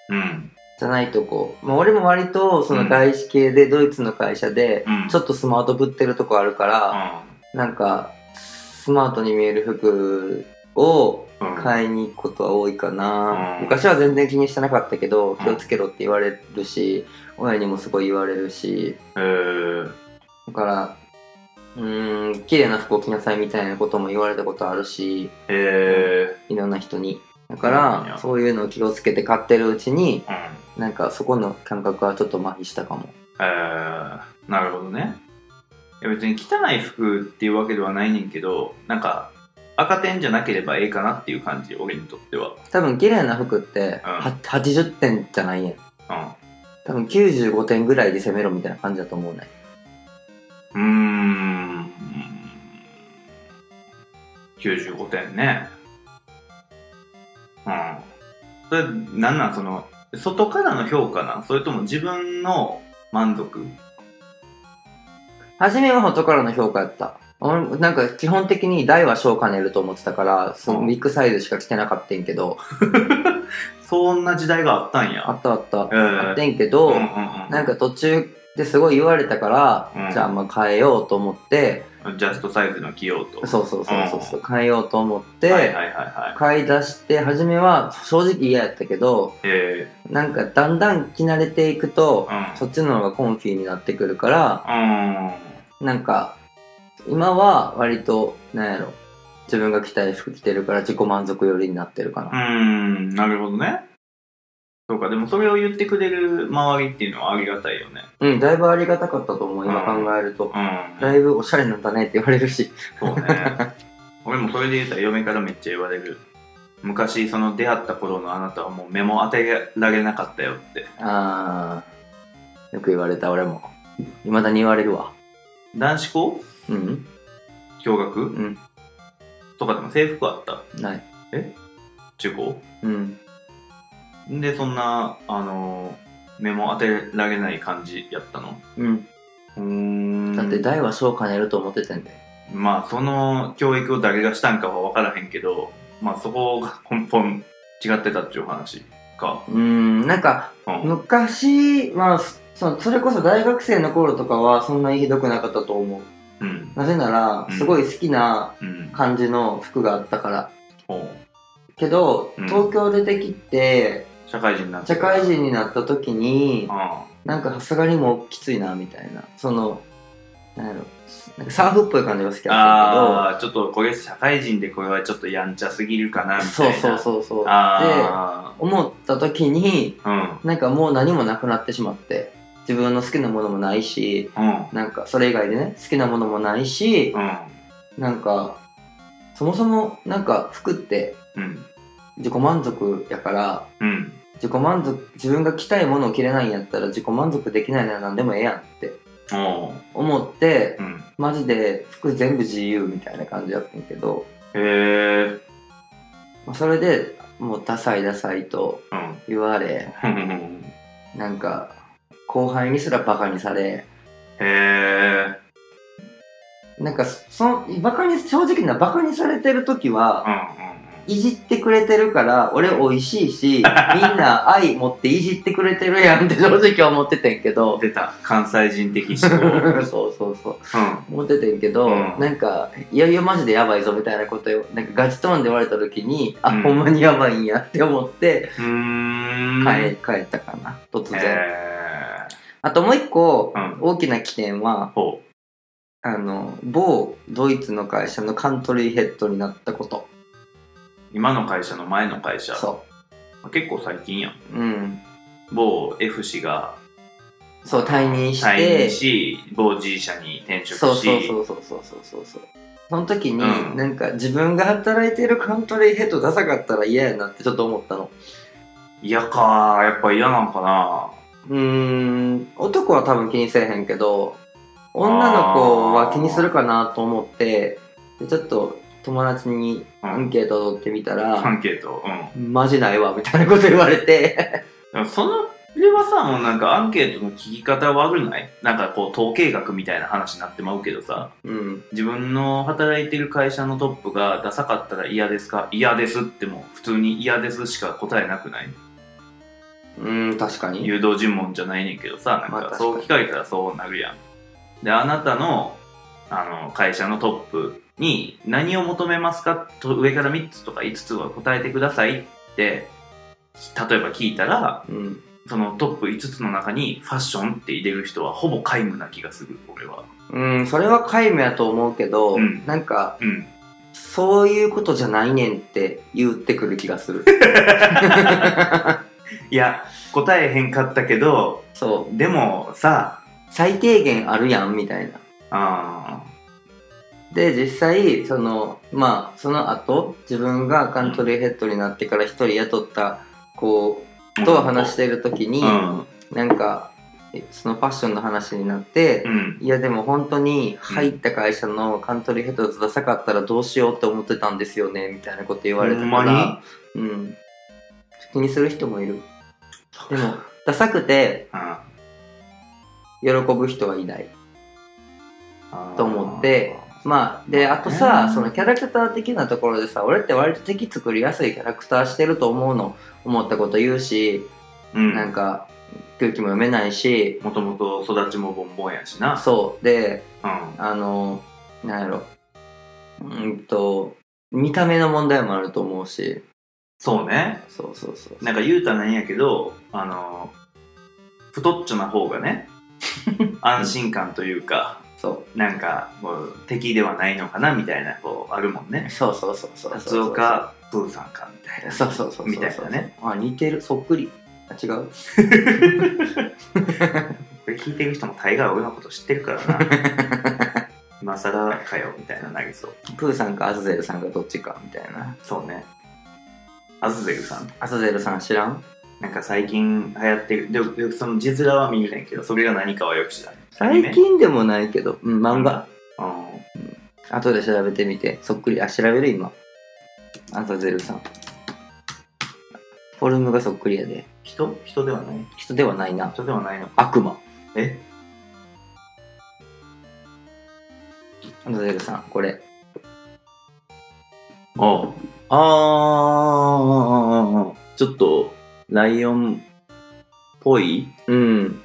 [SPEAKER 1] うん。
[SPEAKER 2] じゃないとこう、まあ、俺も割とその外資系でドイツの会社で
[SPEAKER 1] うん。
[SPEAKER 2] ちょっとスマートぶってるとこあるから、なんかスマートに見える服を
[SPEAKER 1] うん。うん。
[SPEAKER 2] 買いに行くことは多いかな、
[SPEAKER 1] うん
[SPEAKER 2] 昔は全然気にしてなかったけど
[SPEAKER 1] ん
[SPEAKER 2] 気をつけろって言われるし親にもすごい言われるし
[SPEAKER 1] えー
[SPEAKER 2] だからうーん綺麗な服を着なさいみたいなことも言われたことあるし
[SPEAKER 1] え
[SPEAKER 2] いろんな人にだか
[SPEAKER 1] そうなん
[SPEAKER 2] ら
[SPEAKER 1] や
[SPEAKER 2] そういうのを気をつけて買ってるうちに
[SPEAKER 1] ーうん。
[SPEAKER 2] なんかそこの感覚はちょっと麻痺したかも
[SPEAKER 1] えーなるほどね。いや別に汚い服っていうわけではないねんけど、なんか、赤点じゃなければええかなっていう感じ、俺にとっては。
[SPEAKER 2] 多分綺麗な服って
[SPEAKER 1] うん
[SPEAKER 2] は80点じゃないやん
[SPEAKER 1] うん。
[SPEAKER 2] 多分95点ぐらいで攻めろみたいな感じだと思うね
[SPEAKER 1] うーん。95点ね。うん。それ、なんなんその、外からの評価なんそれとも自分の満足
[SPEAKER 2] 初めは外からの評価やった。俺もなんか基本的に大は小を兼ねると思ってたから、その
[SPEAKER 1] うん
[SPEAKER 2] ビッグサイズしか着てなかったんけど、
[SPEAKER 1] そんな時代があったん
[SPEAKER 2] あ
[SPEAKER 1] や。
[SPEAKER 2] ったあった。
[SPEAKER 1] えー
[SPEAKER 2] あってんけど、
[SPEAKER 1] うんうんうん
[SPEAKER 2] なんか途中ですごい言われたから、
[SPEAKER 1] うん
[SPEAKER 2] じゃあまあ変えようと思って、
[SPEAKER 1] ジャストサイズの着ようと。
[SPEAKER 2] そうそうそうそうそう、変えようと思って、
[SPEAKER 1] はいはいはいはい。
[SPEAKER 2] 買い出して、初めは正直嫌やったけど、
[SPEAKER 1] え
[SPEAKER 2] なんかだんだん着慣れていくと、
[SPEAKER 1] うん
[SPEAKER 2] そっちの方がコンフィーになってくるから、
[SPEAKER 1] ー、
[SPEAKER 2] なんか、今は割と、なんやろ、自分が着たい服着てるから自己満足寄りになってる
[SPEAKER 1] う
[SPEAKER 2] か
[SPEAKER 1] ー
[SPEAKER 2] な。
[SPEAKER 1] ん、うーん、なるほどね。そうか、でもそれを言ってくれる周りっていうのはありがたいよね。
[SPEAKER 2] うん、だいぶありがたかったと思う、今
[SPEAKER 1] うん
[SPEAKER 2] 考えると。
[SPEAKER 1] うん。
[SPEAKER 2] だいぶおしゃれなんだねって言われるし。
[SPEAKER 1] そうね。俺もそれで言うたら嫁からめっちゃ言われる。昔その出会った頃のあなたはもう目も当てられなかったよって。
[SPEAKER 2] あー、よく言われた俺も。未だに言われるわ。
[SPEAKER 1] 男子校
[SPEAKER 2] うん
[SPEAKER 1] 共学、
[SPEAKER 2] ん
[SPEAKER 1] とかでも制服あった
[SPEAKER 2] ない。
[SPEAKER 1] 中高
[SPEAKER 2] うん。
[SPEAKER 1] んで、そんな、あのー目も当てられない感じやったの
[SPEAKER 2] うん。
[SPEAKER 1] うーん。
[SPEAKER 2] だって大は小を兼ねると思ってたんで。
[SPEAKER 1] まあその教育を誰がしたんかは分からへんけどまあそこが根本違ってたっていう話か
[SPEAKER 2] うん、なんか、
[SPEAKER 1] うん
[SPEAKER 2] 昔は、そそれこそ大学生の頃とかはそんなにひどくなかったと思う。
[SPEAKER 1] うん
[SPEAKER 2] なぜなら
[SPEAKER 1] う、ん
[SPEAKER 2] すごい好きな
[SPEAKER 1] うん
[SPEAKER 2] 感じの服があったから。
[SPEAKER 1] おう
[SPEAKER 2] けど、
[SPEAKER 1] うん
[SPEAKER 2] 東京出てきて、
[SPEAKER 1] 社会人になって
[SPEAKER 2] 社会人になった時に、
[SPEAKER 1] あ
[SPEAKER 2] なんかさすがにもうきついな、みたいな。その、なんやろ、なんかサーフっぽい感じが好きだっ
[SPEAKER 1] あーちょっとこれ社会人でこれはちょっとやんちゃすぎるかな
[SPEAKER 2] た
[SPEAKER 1] み
[SPEAKER 2] けど、
[SPEAKER 1] たい
[SPEAKER 2] そう
[SPEAKER 1] な
[SPEAKER 2] そうそうそう。で、
[SPEAKER 1] あ
[SPEAKER 2] 思った時に、
[SPEAKER 1] あうん
[SPEAKER 2] なんかもう何もなくなってしまって、自分の好きなものもないし、
[SPEAKER 1] うん
[SPEAKER 2] なんかそれ以外でね、好きなものもないし、
[SPEAKER 1] うん
[SPEAKER 2] なんか、そもそもなんか服って
[SPEAKER 1] うん
[SPEAKER 2] 自己満足やから、
[SPEAKER 1] うん
[SPEAKER 2] 自己満足自分が着たいものを着れないんやったら自己満足できないなら何でもええやんって
[SPEAKER 1] おう
[SPEAKER 2] 思って
[SPEAKER 1] うん
[SPEAKER 2] マジで服全部自由みたいな感じやったんやけど、
[SPEAKER 1] へえ
[SPEAKER 2] まあ、それでもうダサいダサいと
[SPEAKER 1] うん
[SPEAKER 2] 言われなんか後輩にすらバカにされ
[SPEAKER 1] へえ
[SPEAKER 2] なんかそのバカに正直なバカにされてる時は
[SPEAKER 1] うん
[SPEAKER 2] いじってくれてるから俺美味しいしみんな愛持っていじってくれてるやんって正直思っててん
[SPEAKER 1] (laughs)
[SPEAKER 2] け
[SPEAKER 1] うん。
[SPEAKER 2] ど
[SPEAKER 1] 出た。関西人的思
[SPEAKER 2] そ
[SPEAKER 1] 考。
[SPEAKER 2] うそうそう
[SPEAKER 1] うん。
[SPEAKER 2] 思っててんけど、
[SPEAKER 1] うん
[SPEAKER 2] なんかいやいやマジでやばいぞみたいなことをなんかガチトーンで言われた時にあ、
[SPEAKER 1] うん
[SPEAKER 2] ほんまにやばいんやって思って
[SPEAKER 1] うーん。
[SPEAKER 2] 帰,、帰ったかな突然、
[SPEAKER 1] え
[SPEAKER 2] あともう一個、
[SPEAKER 1] うん
[SPEAKER 2] 大きな起点は
[SPEAKER 1] ー、ほう。
[SPEAKER 2] あの某ドイツの会社のカントリーヘッドになったこと
[SPEAKER 1] 今の会社の前の会社。
[SPEAKER 2] そ
[SPEAKER 1] 結構最近やん。
[SPEAKER 2] ううん
[SPEAKER 1] 某 F 氏が
[SPEAKER 2] そう退任して
[SPEAKER 1] 退任し、某 G 社に転職し。
[SPEAKER 2] そうそうそうそうそうそうそうそうその時に、
[SPEAKER 1] うん
[SPEAKER 2] なんか自分が働いてるカントリーヘッドダサかったら嫌やなってちょっと思ったの
[SPEAKER 1] 嫌かやっぱ嫌なんかな
[SPEAKER 2] うーん男は多分気にせえへんけど女の子は気にするかなと思ってでちょっと友達にアンケートを取ってみた
[SPEAKER 1] ア
[SPEAKER 2] ら
[SPEAKER 1] ンケート。うん。
[SPEAKER 2] 「マジないわ」みたいなこと言われて (laughs)
[SPEAKER 1] でもその、それはさ、もうなんかアンケートの聞き方悪ないなんかこう統計学みたいな話になってまうけどさ、
[SPEAKER 2] うん
[SPEAKER 1] 自分の働いてる会社のトップがダサかったら嫌ですか嫌ですってもう普通に嫌ですしか答えなくない
[SPEAKER 2] うん確かに
[SPEAKER 1] 誘導尋問じゃないねんけどさ、な
[SPEAKER 2] まあ
[SPEAKER 1] ん
[SPEAKER 2] 確
[SPEAKER 1] か
[SPEAKER 2] か
[SPEAKER 1] そう
[SPEAKER 2] に
[SPEAKER 1] 聞かれたらそうなるやん。で、あなたの、あの、会社のトップに何を求めますかと上から3つとか5つは答えてくださいって、例えば聞いたら、
[SPEAKER 2] うん
[SPEAKER 1] そのトップ5つの中にファッションって入れる人はほぼ皆無な気がする俺は
[SPEAKER 2] うんそれは皆無やと思うけど、
[SPEAKER 1] うん
[SPEAKER 2] なんか
[SPEAKER 1] うん
[SPEAKER 2] そういうことじゃないねんって言ってくる気が
[SPEAKER 1] (laughs)
[SPEAKER 2] する
[SPEAKER 1] いや答えへんかったけど
[SPEAKER 2] そう
[SPEAKER 1] でもさ
[SPEAKER 2] 最低限あるやんみたい
[SPEAKER 1] あ
[SPEAKER 2] なで実際そのまあその後自分がカントリーヘッドになってから一人雇った子
[SPEAKER 1] ー
[SPEAKER 2] と話している時に、
[SPEAKER 1] うん
[SPEAKER 2] なんかえそのファッションの話になって
[SPEAKER 1] う、ん
[SPEAKER 2] いやでも本当に入った会社のカントリーヘッドダサかったらどうしようって思ってたんですよねみたいなこと言われ
[SPEAKER 1] ほ
[SPEAKER 2] たか
[SPEAKER 1] んま
[SPEAKER 2] ら、うん、気にする人もいるでもダサくて
[SPEAKER 1] あ
[SPEAKER 2] 喜ぶ人はいない
[SPEAKER 1] ー
[SPEAKER 2] と思ってまあであとさ、
[SPEAKER 1] うん
[SPEAKER 2] そのキャラクター的なところでさ俺って割と敵作りやすいキャラクターしてると思うの思ったこと言うし、
[SPEAKER 1] うん
[SPEAKER 2] なんか空気も読めないし
[SPEAKER 1] もともと育ちもボンボンやしな
[SPEAKER 2] そうで
[SPEAKER 1] うん
[SPEAKER 2] あのなんやろうーんと見た目の問題もあると思うし
[SPEAKER 1] そうね
[SPEAKER 2] そうそうそう
[SPEAKER 1] なんか言うたらなんやけどあの太っちょな方が
[SPEAKER 2] (laughs)
[SPEAKER 1] ね安心感というか
[SPEAKER 2] そ
[SPEAKER 1] なんかこう敵ではないのかなみたいなこうあるもんね
[SPEAKER 2] うそうそうそうそう
[SPEAKER 1] 松
[SPEAKER 2] そう
[SPEAKER 1] 岡ブーさんかみたいな
[SPEAKER 2] そうそうそうそう
[SPEAKER 1] みたいなね
[SPEAKER 2] あ似てるそっくりあ違う
[SPEAKER 1] これ聞いてる人も大概俺のこと知ってる
[SPEAKER 2] (laughs)
[SPEAKER 1] からな今更かよみたいななりそう
[SPEAKER 2] プーさんかアズゼルさんかどっちかみたいな
[SPEAKER 1] そうねアズゼルさん
[SPEAKER 2] アズゼルさん知らん
[SPEAKER 1] なんか最近流行ってるでよくその字面は見るねんけどそれが何かはよく知らない
[SPEAKER 2] 最近でもないけど、うん、漫画、
[SPEAKER 1] うん
[SPEAKER 2] 後で調べてみてそっくりあ調べる今アザゼルさんフォルムがそっくりやで
[SPEAKER 1] 人人ではない
[SPEAKER 2] 人ではないな
[SPEAKER 1] 人ではないの
[SPEAKER 2] 悪魔
[SPEAKER 1] え
[SPEAKER 2] アザゼルさんこれ
[SPEAKER 1] あああちょっとライオンっぽい
[SPEAKER 2] うん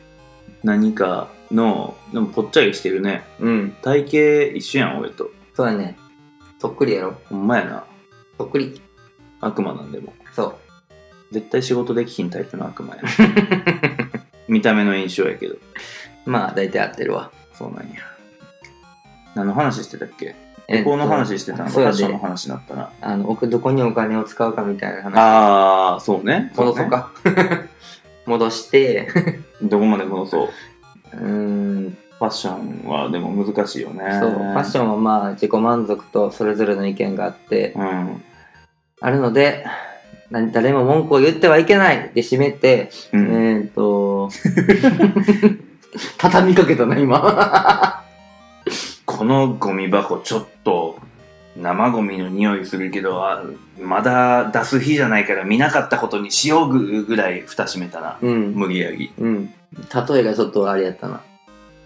[SPEAKER 1] 何かのでもぽっちゃりしてるね
[SPEAKER 2] うん
[SPEAKER 1] 体型一緒やん俺と
[SPEAKER 2] そうだねそっくりやろ
[SPEAKER 1] ほんまやな
[SPEAKER 2] そっくり
[SPEAKER 1] 悪魔なんでも
[SPEAKER 2] そう
[SPEAKER 1] 絶対仕事できひんタイプの悪 (laughs) 魔やな見た目の印象やけど
[SPEAKER 2] まあ大体合ってるわ
[SPEAKER 1] そうなんや何の話してたっけ
[SPEAKER 2] え
[SPEAKER 1] 旅行の話してたの
[SPEAKER 2] そ
[SPEAKER 1] フ
[SPEAKER 2] う
[SPEAKER 1] ァッ
[SPEAKER 2] や
[SPEAKER 1] ションの
[SPEAKER 2] で
[SPEAKER 1] 話になったな
[SPEAKER 2] あの奥どこにお金を使うかみたいな話
[SPEAKER 1] ああそうね
[SPEAKER 2] 戻そうか (laughs)
[SPEAKER 1] (laughs)
[SPEAKER 2] 戻して
[SPEAKER 1] そうねどこまで戻そう
[SPEAKER 2] うーん
[SPEAKER 1] ファッションはでも難しいよね
[SPEAKER 2] そうファッシ
[SPEAKER 1] ョン
[SPEAKER 2] ョンはまあ自己満足とそれぞれの意見があって、
[SPEAKER 1] うん
[SPEAKER 2] あるので、何誰も文句を言ってはいけないで締めて、
[SPEAKER 1] うん
[SPEAKER 2] えーっと、 (laughs) 畳みかけたな、今。
[SPEAKER 1] このゴミ箱ちょっと生ゴミの匂いするけどあまだ出す日じゃないから見なかったことにしようぐらい蓋閉めたな
[SPEAKER 2] (laughs) うん。
[SPEAKER 1] 無理やり
[SPEAKER 2] うん。例えがちょっとあれやったな。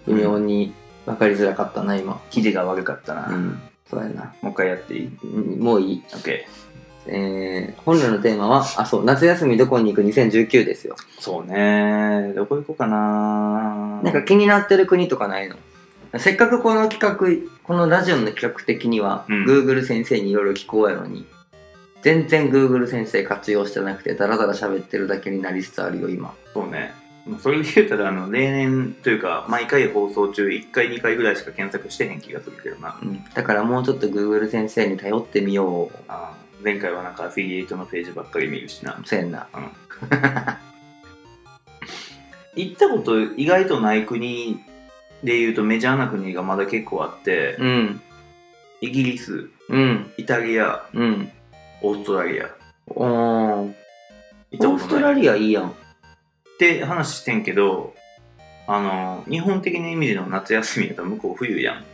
[SPEAKER 2] 微妙に、分かりづらかったな、今。
[SPEAKER 1] ヒデが悪かったな。
[SPEAKER 2] ん。そうやな。
[SPEAKER 1] もう一回やっていい
[SPEAKER 2] うんもういい。
[SPEAKER 1] ?OK。
[SPEAKER 2] えー、本来のテーマは、あ、そう、夏休みどこに行く2019ですよ。
[SPEAKER 1] そうね。どこ行こうかな。
[SPEAKER 2] なんか気になってる国とかないのせっかくこの企画、このラジオの企画的には、
[SPEAKER 1] うん
[SPEAKER 2] Google 先生にいろいろ聞こうやのに、全然 Google 先生活用してなくて、だらだら喋ってるだけになりつつあるよ、今。
[SPEAKER 1] そうね。それで言うたら、あの、例年というか、毎回放送中、1回、2回ぐらいしか検索してへん気がするけどな。
[SPEAKER 2] うん。だからもうちょっと Google 先生に頼ってみよう。
[SPEAKER 1] あー前回はなんかアフィリエイトのページばっかり見るしな。
[SPEAKER 2] せんな。
[SPEAKER 1] 行ったこと意外とない国で言うとメジャーな国がまだ結構あって、
[SPEAKER 2] うん。
[SPEAKER 1] イギリス、
[SPEAKER 2] うん。
[SPEAKER 1] イタリア、
[SPEAKER 2] うん。
[SPEAKER 1] オーストラリア。
[SPEAKER 2] おー。
[SPEAKER 1] 行った
[SPEAKER 2] オ
[SPEAKER 1] こ
[SPEAKER 2] ース
[SPEAKER 1] と
[SPEAKER 2] ト
[SPEAKER 1] ない
[SPEAKER 2] ラリアいいやん。
[SPEAKER 1] って話してんけど、あの、日本的な意味での夏休みやったら向こう冬やん。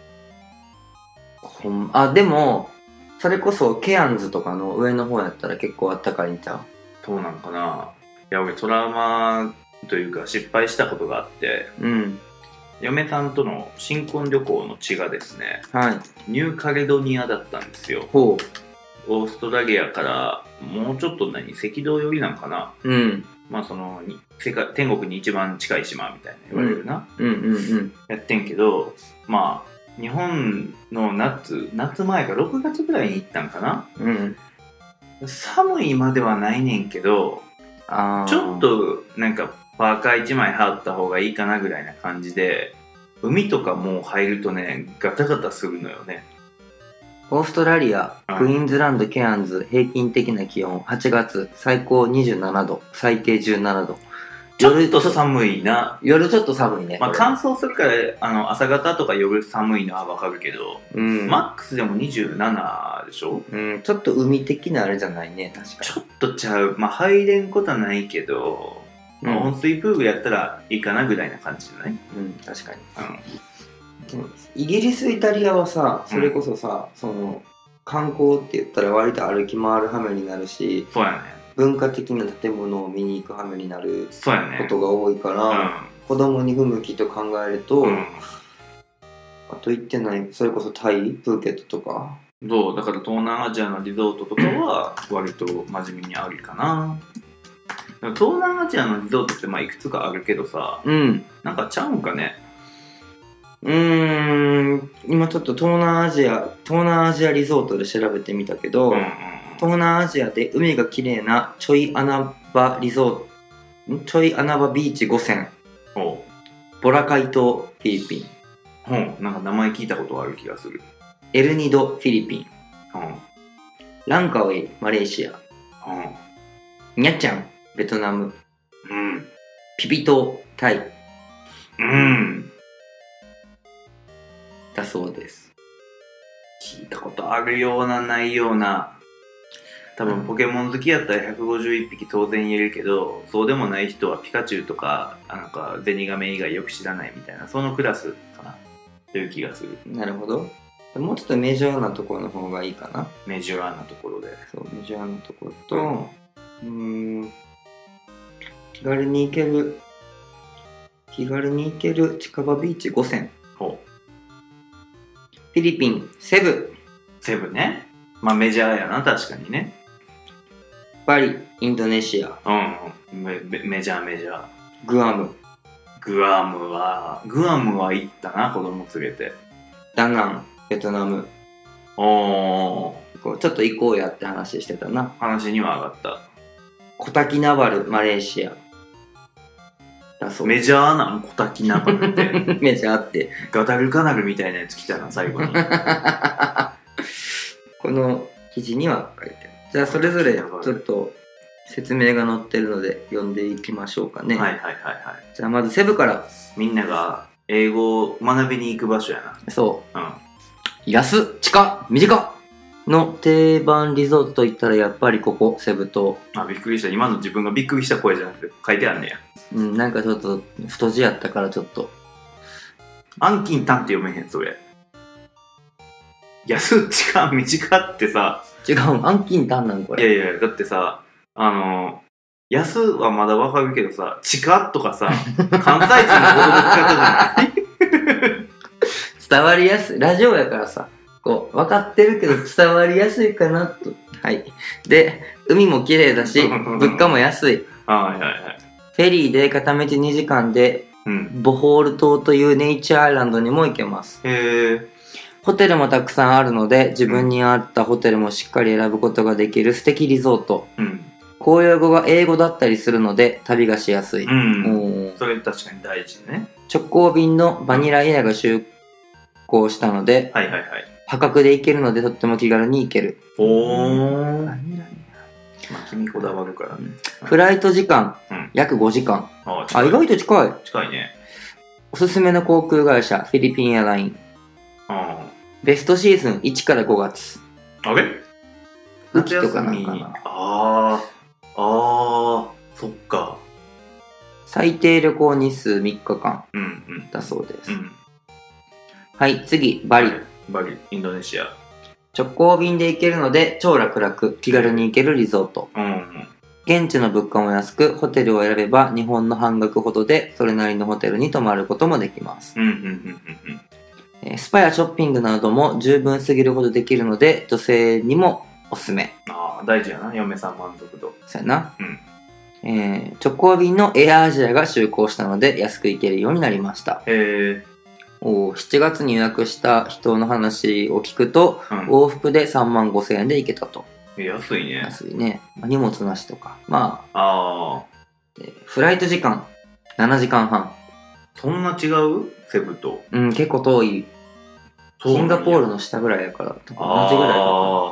[SPEAKER 2] ほんあ、でも、それこそケアンズとかの上の方やったら結構あったかいんちゃう
[SPEAKER 1] そうなんかないや、俺トラウマというか失敗したことがあって、
[SPEAKER 2] うん。
[SPEAKER 1] 嫁さんとの新婚旅行の地がですね、
[SPEAKER 2] はい。
[SPEAKER 1] ニューカレドニアだったんですよ。
[SPEAKER 2] ほ
[SPEAKER 1] オーストラリアからもうちょっと何、赤道寄りなんかな
[SPEAKER 2] う。うん。
[SPEAKER 1] まあそのに世界天国に一番近い島みたいな言われるな、
[SPEAKER 2] うんうんうん。
[SPEAKER 1] やってんけどまあ日本の夏夏前か6月ぐらいに行ったんかな
[SPEAKER 2] うん。
[SPEAKER 1] 寒いまではないねんけど
[SPEAKER 2] あー
[SPEAKER 1] ちょっ。となんかパーカー1枚羽織った方がいいかなぐらいな感じで海とかもう入るとねガタガタするのよね
[SPEAKER 2] オーストラリア、
[SPEAKER 1] うん
[SPEAKER 2] クイーンズランド、ケアンズ、平均的な気温、8月、最高27度、最低17度。
[SPEAKER 1] ちょっと
[SPEAKER 2] 夜
[SPEAKER 1] 寒いな、
[SPEAKER 2] 夜ちょっと寒いね。
[SPEAKER 1] まあ、
[SPEAKER 2] これ
[SPEAKER 1] 乾燥するからあの朝方とか夜寒いのはわかるけど、
[SPEAKER 2] うん、
[SPEAKER 1] マックスでも27でしょ
[SPEAKER 2] うん、ちょっと海的なあれじゃないね、確か
[SPEAKER 1] ちょっとちゃう。まあ、入れんことはないけど、
[SPEAKER 2] に。
[SPEAKER 1] まあ温水プールやったらいいかなぐらいな感じじゃない
[SPEAKER 2] うん、うん、確かに。
[SPEAKER 1] う
[SPEAKER 2] イギリス、イタリアはさ、それこそさ、その、観光って言ったら割と歩き回る羽目になるし、
[SPEAKER 1] ん。そうやね。
[SPEAKER 2] 文化的な建物を見に行く羽目になる
[SPEAKER 1] そうやね。
[SPEAKER 2] ことが多いから、子供に不向きと考えると、
[SPEAKER 1] うん。
[SPEAKER 2] あと行ってないそれこそタイプーケットとか
[SPEAKER 1] うん。どうだから東南アジアのリゾートとかは割と真面目にありかな。でも東南アジアのリゾートってまあいくつかあるけどさ、
[SPEAKER 2] うん
[SPEAKER 1] なんかちゃうんかね。
[SPEAKER 2] うーん今ちょっと東南アジア東南アジアリゾートで調べてみたけど、
[SPEAKER 1] うんうん。
[SPEAKER 2] 東南アジアで海が綺麗なちょい穴場リゾートちょい穴場ビーチ5選
[SPEAKER 1] おう
[SPEAKER 2] ボラカイ島フィリピン
[SPEAKER 1] ほうなんか名前聞いたことある気がする。
[SPEAKER 2] エルニドフィリピン
[SPEAKER 1] うん。うん。
[SPEAKER 2] ランカウェイマレーシアニャチャンベトナム
[SPEAKER 1] うん。
[SPEAKER 2] ピピ島タイ
[SPEAKER 1] うん。
[SPEAKER 2] だそうです
[SPEAKER 1] 聞いたことあるようなないような多分ポケモン好きやったら151匹当然言えるけどそうでもない人はピカチュウとかあなんかゼニガメ以外よく知らないみたいなそのクラスかなという気がする
[SPEAKER 2] なるほどもうちょっとメジャーなところの方がいいかな
[SPEAKER 1] メジャーなところで
[SPEAKER 2] そう、メジャーのとこと、うーん、気軽に行ける、気軽に行ける近場ビーチ5選。
[SPEAKER 1] ほう
[SPEAKER 2] フィリピン、セブ、
[SPEAKER 1] セブンねまあメジャーやな確かにね
[SPEAKER 2] バリ、インドネシア、
[SPEAKER 1] うんメメメジャーメジャー
[SPEAKER 2] グアム、
[SPEAKER 1] グアムはグアムは行ったな子供連れて
[SPEAKER 2] ダナン、ベトナム。
[SPEAKER 1] おー
[SPEAKER 2] こうちょっと行こうやって話してたな。
[SPEAKER 1] 話には上がっ
[SPEAKER 2] コタキナバル、マレーシア。だ
[SPEAKER 1] た
[SPEAKER 2] そう。
[SPEAKER 1] メジャーなん小滝なバって
[SPEAKER 2] (laughs) メジャーって。
[SPEAKER 1] ガタルカナルみたいなやつ来たな最後に
[SPEAKER 2] この記事には書いてある。じゃあ、それぞれちょっと説明が載ってるので読んでいきましょうかね。
[SPEAKER 1] はいはいはいはい。
[SPEAKER 2] じゃあ、まずセブから。
[SPEAKER 1] みんなが英語を学びに行く場所やな。
[SPEAKER 2] そう。
[SPEAKER 1] うん。
[SPEAKER 2] 安、近、短の定番リゾートといったらやっぱりここ、セブ島。
[SPEAKER 1] あ、びっくりした。今の自分がびっくりした声じゃなくて書いてあんねや。
[SPEAKER 2] うん、なんかちょっと太字やったからちょっと。
[SPEAKER 1] アンキンタンって読めへん、それ。安っちか短ってさ、
[SPEAKER 2] 違う、アンキンタンなんこ
[SPEAKER 1] いや
[SPEAKER 2] れ。
[SPEAKER 1] いや、だってさ、あの、安はまだわかるけどさ、地下とかさ、関西人の言葉使方じゃない
[SPEAKER 2] 伝わりやすいラジオやからさこう分かってるけど伝わりやすいかなとはいで海も綺麗だ
[SPEAKER 1] (laughs)
[SPEAKER 2] し物価も安い
[SPEAKER 1] はいはいはい。
[SPEAKER 2] フェリーで片道2時間で
[SPEAKER 1] うん。
[SPEAKER 2] ボホール島というネイチャーアイランドにも行けます
[SPEAKER 1] へえ。
[SPEAKER 2] ホテルもたくさんあるので自分に合ったホテルもしっかり選ぶことができる素敵リゾート
[SPEAKER 1] うん。
[SPEAKER 2] 公用語が英語だったりするので旅がしやすい、
[SPEAKER 1] うん。
[SPEAKER 2] おー
[SPEAKER 1] それ確かに大事ね。
[SPEAKER 2] 直行便のバニラエアが就航したので
[SPEAKER 1] はいはいはい。
[SPEAKER 2] 破格で行けるのでとっても気軽に行ける
[SPEAKER 1] おお。
[SPEAKER 2] バ
[SPEAKER 1] ま
[SPEAKER 2] ニラエ
[SPEAKER 1] あ、君こだわるからね。
[SPEAKER 2] アフライト時間、
[SPEAKER 1] うん
[SPEAKER 2] 約5時間
[SPEAKER 1] あ
[SPEAKER 2] あ意外と近い
[SPEAKER 1] 近いね。
[SPEAKER 2] おすすめの航空会社フィリピンエアライン
[SPEAKER 1] あ
[SPEAKER 2] ベストシーズン1から5月
[SPEAKER 1] あ。あれ
[SPEAKER 2] 雨季とかなんか
[SPEAKER 1] 夏休み
[SPEAKER 2] な
[SPEAKER 1] ああ。ああ。そっか。
[SPEAKER 2] 最低旅行日数3日間
[SPEAKER 1] うんうん。
[SPEAKER 2] だそうです、
[SPEAKER 1] うん。
[SPEAKER 2] はい次バリ、。
[SPEAKER 1] バリ。インドネシア。
[SPEAKER 2] 直行便で行けるので超楽々気軽に行けるリゾート
[SPEAKER 1] うんうん。
[SPEAKER 2] 現地の物価も安くホテルを選べば日本の半額ほどでそれなりのホテルに泊まることもできます、
[SPEAKER 1] うんうんうんうん
[SPEAKER 2] えースパやショッピングなども十分すぎるほどできるので女性にもおすすめ
[SPEAKER 1] うん。ああ、大事やな。嫁さん満足度。
[SPEAKER 2] そうやな、
[SPEAKER 1] うん
[SPEAKER 2] えー直行便のエアアジアが就航したので安く行けるようになりました
[SPEAKER 1] へえ。
[SPEAKER 2] おー7月に予約した人の話を聞くと
[SPEAKER 1] うん。
[SPEAKER 2] 往復で3万5千円で行けたと
[SPEAKER 1] 安いね。
[SPEAKER 2] 安いねまあ荷物なしとかまあ
[SPEAKER 1] ああ。
[SPEAKER 2] えーフライト時間7時間半、
[SPEAKER 1] そんな違うセブと。
[SPEAKER 2] うん、結構遠いシンガポールの下ぐらいやから同じぐらいか
[SPEAKER 1] ああ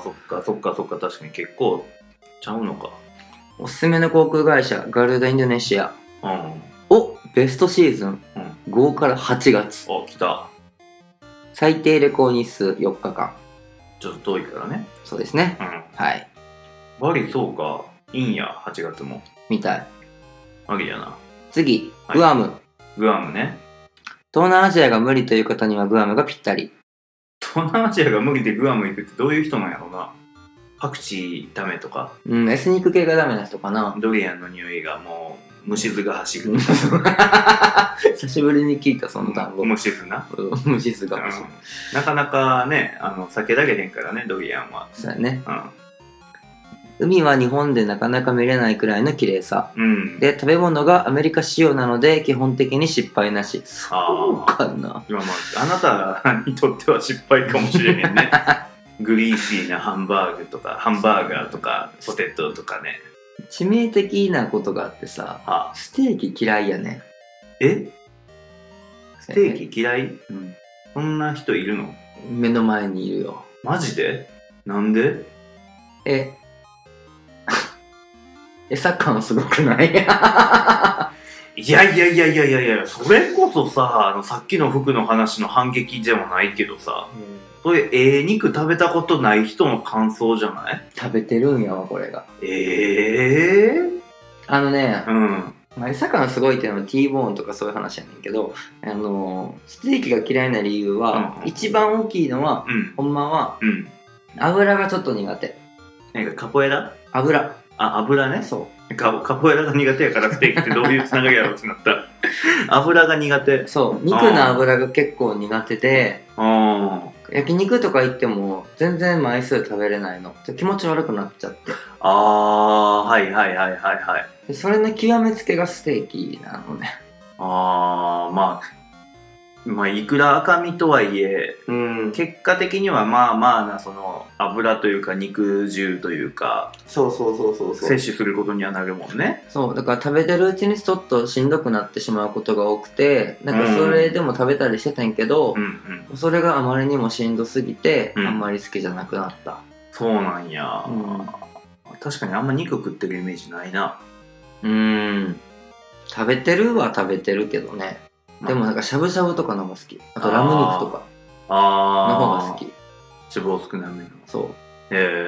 [SPEAKER 1] ーそっかそっかそっか確かに結構ちゃうのか
[SPEAKER 2] おすすめの航空会社ガルーダインドネシア
[SPEAKER 1] うんあ
[SPEAKER 2] をベストシーズン5から8月
[SPEAKER 1] 来た
[SPEAKER 2] 最低旅行日数4日間
[SPEAKER 1] ちょっと遠いからね
[SPEAKER 2] そうですね
[SPEAKER 1] うん
[SPEAKER 2] はい
[SPEAKER 1] バリそうかいいんや8月も
[SPEAKER 2] みたい
[SPEAKER 1] ありやな
[SPEAKER 2] 次
[SPEAKER 1] はい
[SPEAKER 2] グアム、
[SPEAKER 1] グアムね
[SPEAKER 2] 東南アジアが無理という方にはグアムがぴったり
[SPEAKER 1] 東南アジアが無理でグアム行くってどういう人なんやろうなパクチーダメとか
[SPEAKER 2] うんエスニック系がダメな人かな (laughs)
[SPEAKER 1] ドリアンの匂いがもう虫唾が走る
[SPEAKER 2] 久しぶりに聞いたその単語 (laughs)
[SPEAKER 1] 虫唾な、
[SPEAKER 2] うん無視す
[SPEAKER 1] う
[SPEAKER 2] が
[SPEAKER 1] ん
[SPEAKER 2] 欲しい、
[SPEAKER 1] なかなかねあの避けられへんからねドリアンは
[SPEAKER 2] そうやね
[SPEAKER 1] う
[SPEAKER 2] 海は日本でなかなか見れないくらいの綺麗さ
[SPEAKER 1] んうん
[SPEAKER 2] で食べ物がアメリカ仕様なので基本的に失敗なしそう
[SPEAKER 1] あー
[SPEAKER 2] かな
[SPEAKER 1] 今まあ、あなたにとっては失敗かもしれへんね (laughs) グリーシーなハンバーグとかハンバーガーとかポテトとかね
[SPEAKER 2] 致命的なことがあってさ
[SPEAKER 1] あ
[SPEAKER 2] ステーキ嫌いやね
[SPEAKER 1] え
[SPEAKER 2] ス
[SPEAKER 1] ステーキ嫌い
[SPEAKER 2] うん
[SPEAKER 1] そんな人いるの
[SPEAKER 2] 目の前にいるよ
[SPEAKER 1] マジでなんで
[SPEAKER 2] え (laughs) 餌感すごくない
[SPEAKER 1] いやいやいやいやいやいやそれこそさあのさっきの服の話の反撃でもないけどさそういうええ肉食べたことない人の感想じゃない
[SPEAKER 2] 食べてるんやわこれが
[SPEAKER 1] ええ
[SPEAKER 2] あのね、
[SPEAKER 1] うん
[SPEAKER 2] まあ、餌感すごいっていうのは T ボーンとかそういう話やねんけどあのーステーキが嫌いな理由は、
[SPEAKER 1] うん
[SPEAKER 2] 一番大きいのは
[SPEAKER 1] うん
[SPEAKER 2] ほんまは
[SPEAKER 1] うん
[SPEAKER 2] 油がちょっと苦手
[SPEAKER 1] なんかカポエラ
[SPEAKER 2] 油
[SPEAKER 1] あ油ね
[SPEAKER 2] そう
[SPEAKER 1] カカポエラが苦手やからステーキってどういうつながりやろうってなった
[SPEAKER 2] (laughs)
[SPEAKER 1] 油が苦手
[SPEAKER 2] そう肉の油が結構苦手で
[SPEAKER 1] あ
[SPEAKER 2] 焼肉とか行っても全然枚数食べれないので気持ち悪くなっちゃって
[SPEAKER 1] あーはいはいはいはいはい
[SPEAKER 2] でそれの極めつけがステーキなのね (laughs)
[SPEAKER 1] あーまあまあいくら赤身とはいえ
[SPEAKER 2] うん
[SPEAKER 1] 結果的にはまあまあなその油というか肉汁というか
[SPEAKER 2] そうそうそうそう
[SPEAKER 1] 摂取することにはなるもんね
[SPEAKER 2] そうだから食べてるうちにちょっとしんどくなってしまうことが多くてなんかそれでも食べたりしてたんやけど
[SPEAKER 1] う、んうん
[SPEAKER 2] それがあまりにもしんどすぎて、
[SPEAKER 1] うん
[SPEAKER 2] あんまり好きじゃなくなった
[SPEAKER 1] そうなんや、
[SPEAKER 2] うん
[SPEAKER 1] 確かにあんま肉食ってるイメージないな
[SPEAKER 2] うん食べてるは食べてるけどねでもなんかしゃぶしゃぶとかの方が好きあとラム肉とかの
[SPEAKER 1] あ
[SPEAKER 2] 方
[SPEAKER 1] あ
[SPEAKER 2] が好き
[SPEAKER 1] 脂肪少なめの
[SPEAKER 2] そう
[SPEAKER 1] へえ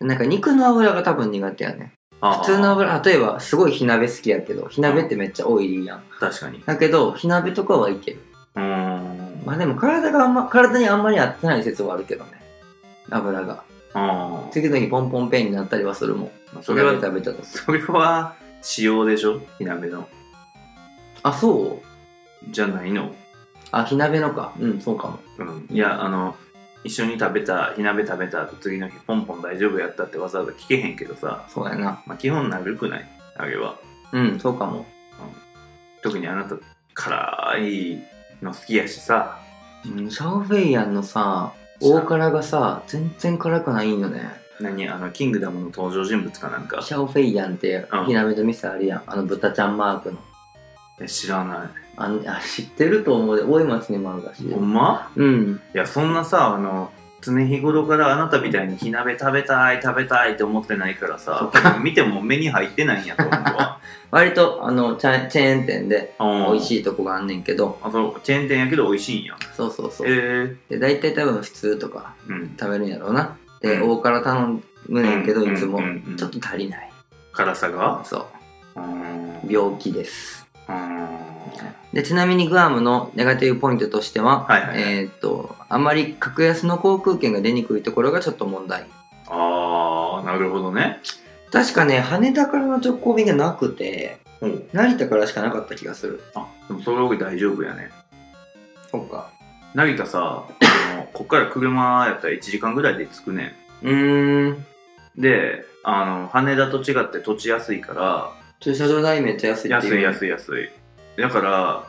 [SPEAKER 2] でなんか肉の油が多分苦手やね普通の油例えばすごい火鍋好きやけど火鍋ってめっちゃオイリーやん
[SPEAKER 1] 確かに
[SPEAKER 2] だけど火鍋とかはいける
[SPEAKER 1] うーん
[SPEAKER 2] まあでも体があんま体にあんまり合ってない説はあるけどね油が
[SPEAKER 1] あ
[SPEAKER 2] 次の日ポンポンペンになったりはするもん
[SPEAKER 1] あそ
[SPEAKER 2] そ
[SPEAKER 1] れ
[SPEAKER 2] れは
[SPEAKER 1] は
[SPEAKER 2] 食べたと
[SPEAKER 1] それは仕様でしょ火鍋の
[SPEAKER 2] あそう
[SPEAKER 1] じゃないの
[SPEAKER 2] あ、火鍋のか。うん、そうかも。
[SPEAKER 1] うん、いやあの一緒に食べた火鍋食べた後次の日ポンポン大丈夫やったってわざわざ聞けへんけどさ、
[SPEAKER 2] そうやな。
[SPEAKER 1] まあ、基本長くないあれは
[SPEAKER 2] うん、そうかも。
[SPEAKER 1] 特にあなた辛いの好きやしさ
[SPEAKER 2] うんシャオフェイヤンのさ、大辛がさ、全然辛くないんよね。
[SPEAKER 1] 何あのキングダムの登場人物かなんか
[SPEAKER 2] シャオフェイヤンって
[SPEAKER 1] うん
[SPEAKER 2] 火鍋の店あるやん。あの豚ちゃんマークの。
[SPEAKER 1] え知らな
[SPEAKER 2] あんあ知ってると思うで、大井町にもあるらし
[SPEAKER 1] い
[SPEAKER 2] い
[SPEAKER 1] ほ。んま
[SPEAKER 2] うん。
[SPEAKER 1] いやそんなさあの常日頃からあなたみたいに火鍋食べたい食べたいって思ってないからさ多分見ても目に入ってないんやと思う
[SPEAKER 2] (laughs)
[SPEAKER 1] わ
[SPEAKER 2] 割と、あの、チェチェーン店で
[SPEAKER 1] うん
[SPEAKER 2] 美味しいとこがあんねんけど、
[SPEAKER 1] あそうチェーン店やけど美味しいんや
[SPEAKER 2] そうそうそ
[SPEAKER 1] ええ
[SPEAKER 2] う。で、大体多分普通とか
[SPEAKER 1] うん
[SPEAKER 2] 食べるんやろうな。で、
[SPEAKER 1] うん
[SPEAKER 2] 大辛頼むねんけど、いつも
[SPEAKER 1] うんうんうんうん。
[SPEAKER 2] ちょっと足りない。
[SPEAKER 1] 辛さが
[SPEAKER 2] そ
[SPEAKER 1] う
[SPEAKER 2] う。
[SPEAKER 1] ーんう
[SPEAKER 2] 病気です。
[SPEAKER 1] ーん
[SPEAKER 2] でちなみにグアムのネガティブポイントとしては、
[SPEAKER 1] はいはいはい
[SPEAKER 2] えーっとあまり格安の航空券が出にくいところがちょっと問題
[SPEAKER 1] ああなるほどね
[SPEAKER 2] 確かね羽田からの直行便がなくて
[SPEAKER 1] うん
[SPEAKER 2] 成田からしかなかった気がする
[SPEAKER 1] あでもそれは大丈夫やね
[SPEAKER 2] そっか
[SPEAKER 1] 成田さあのこっから車やったら1時間ぐらいで着くね
[SPEAKER 2] うーん
[SPEAKER 1] んであの羽田と違って土地安いから
[SPEAKER 2] 駐車場代めっちゃ安いって
[SPEAKER 1] 安
[SPEAKER 2] いう
[SPEAKER 1] い安い安いだから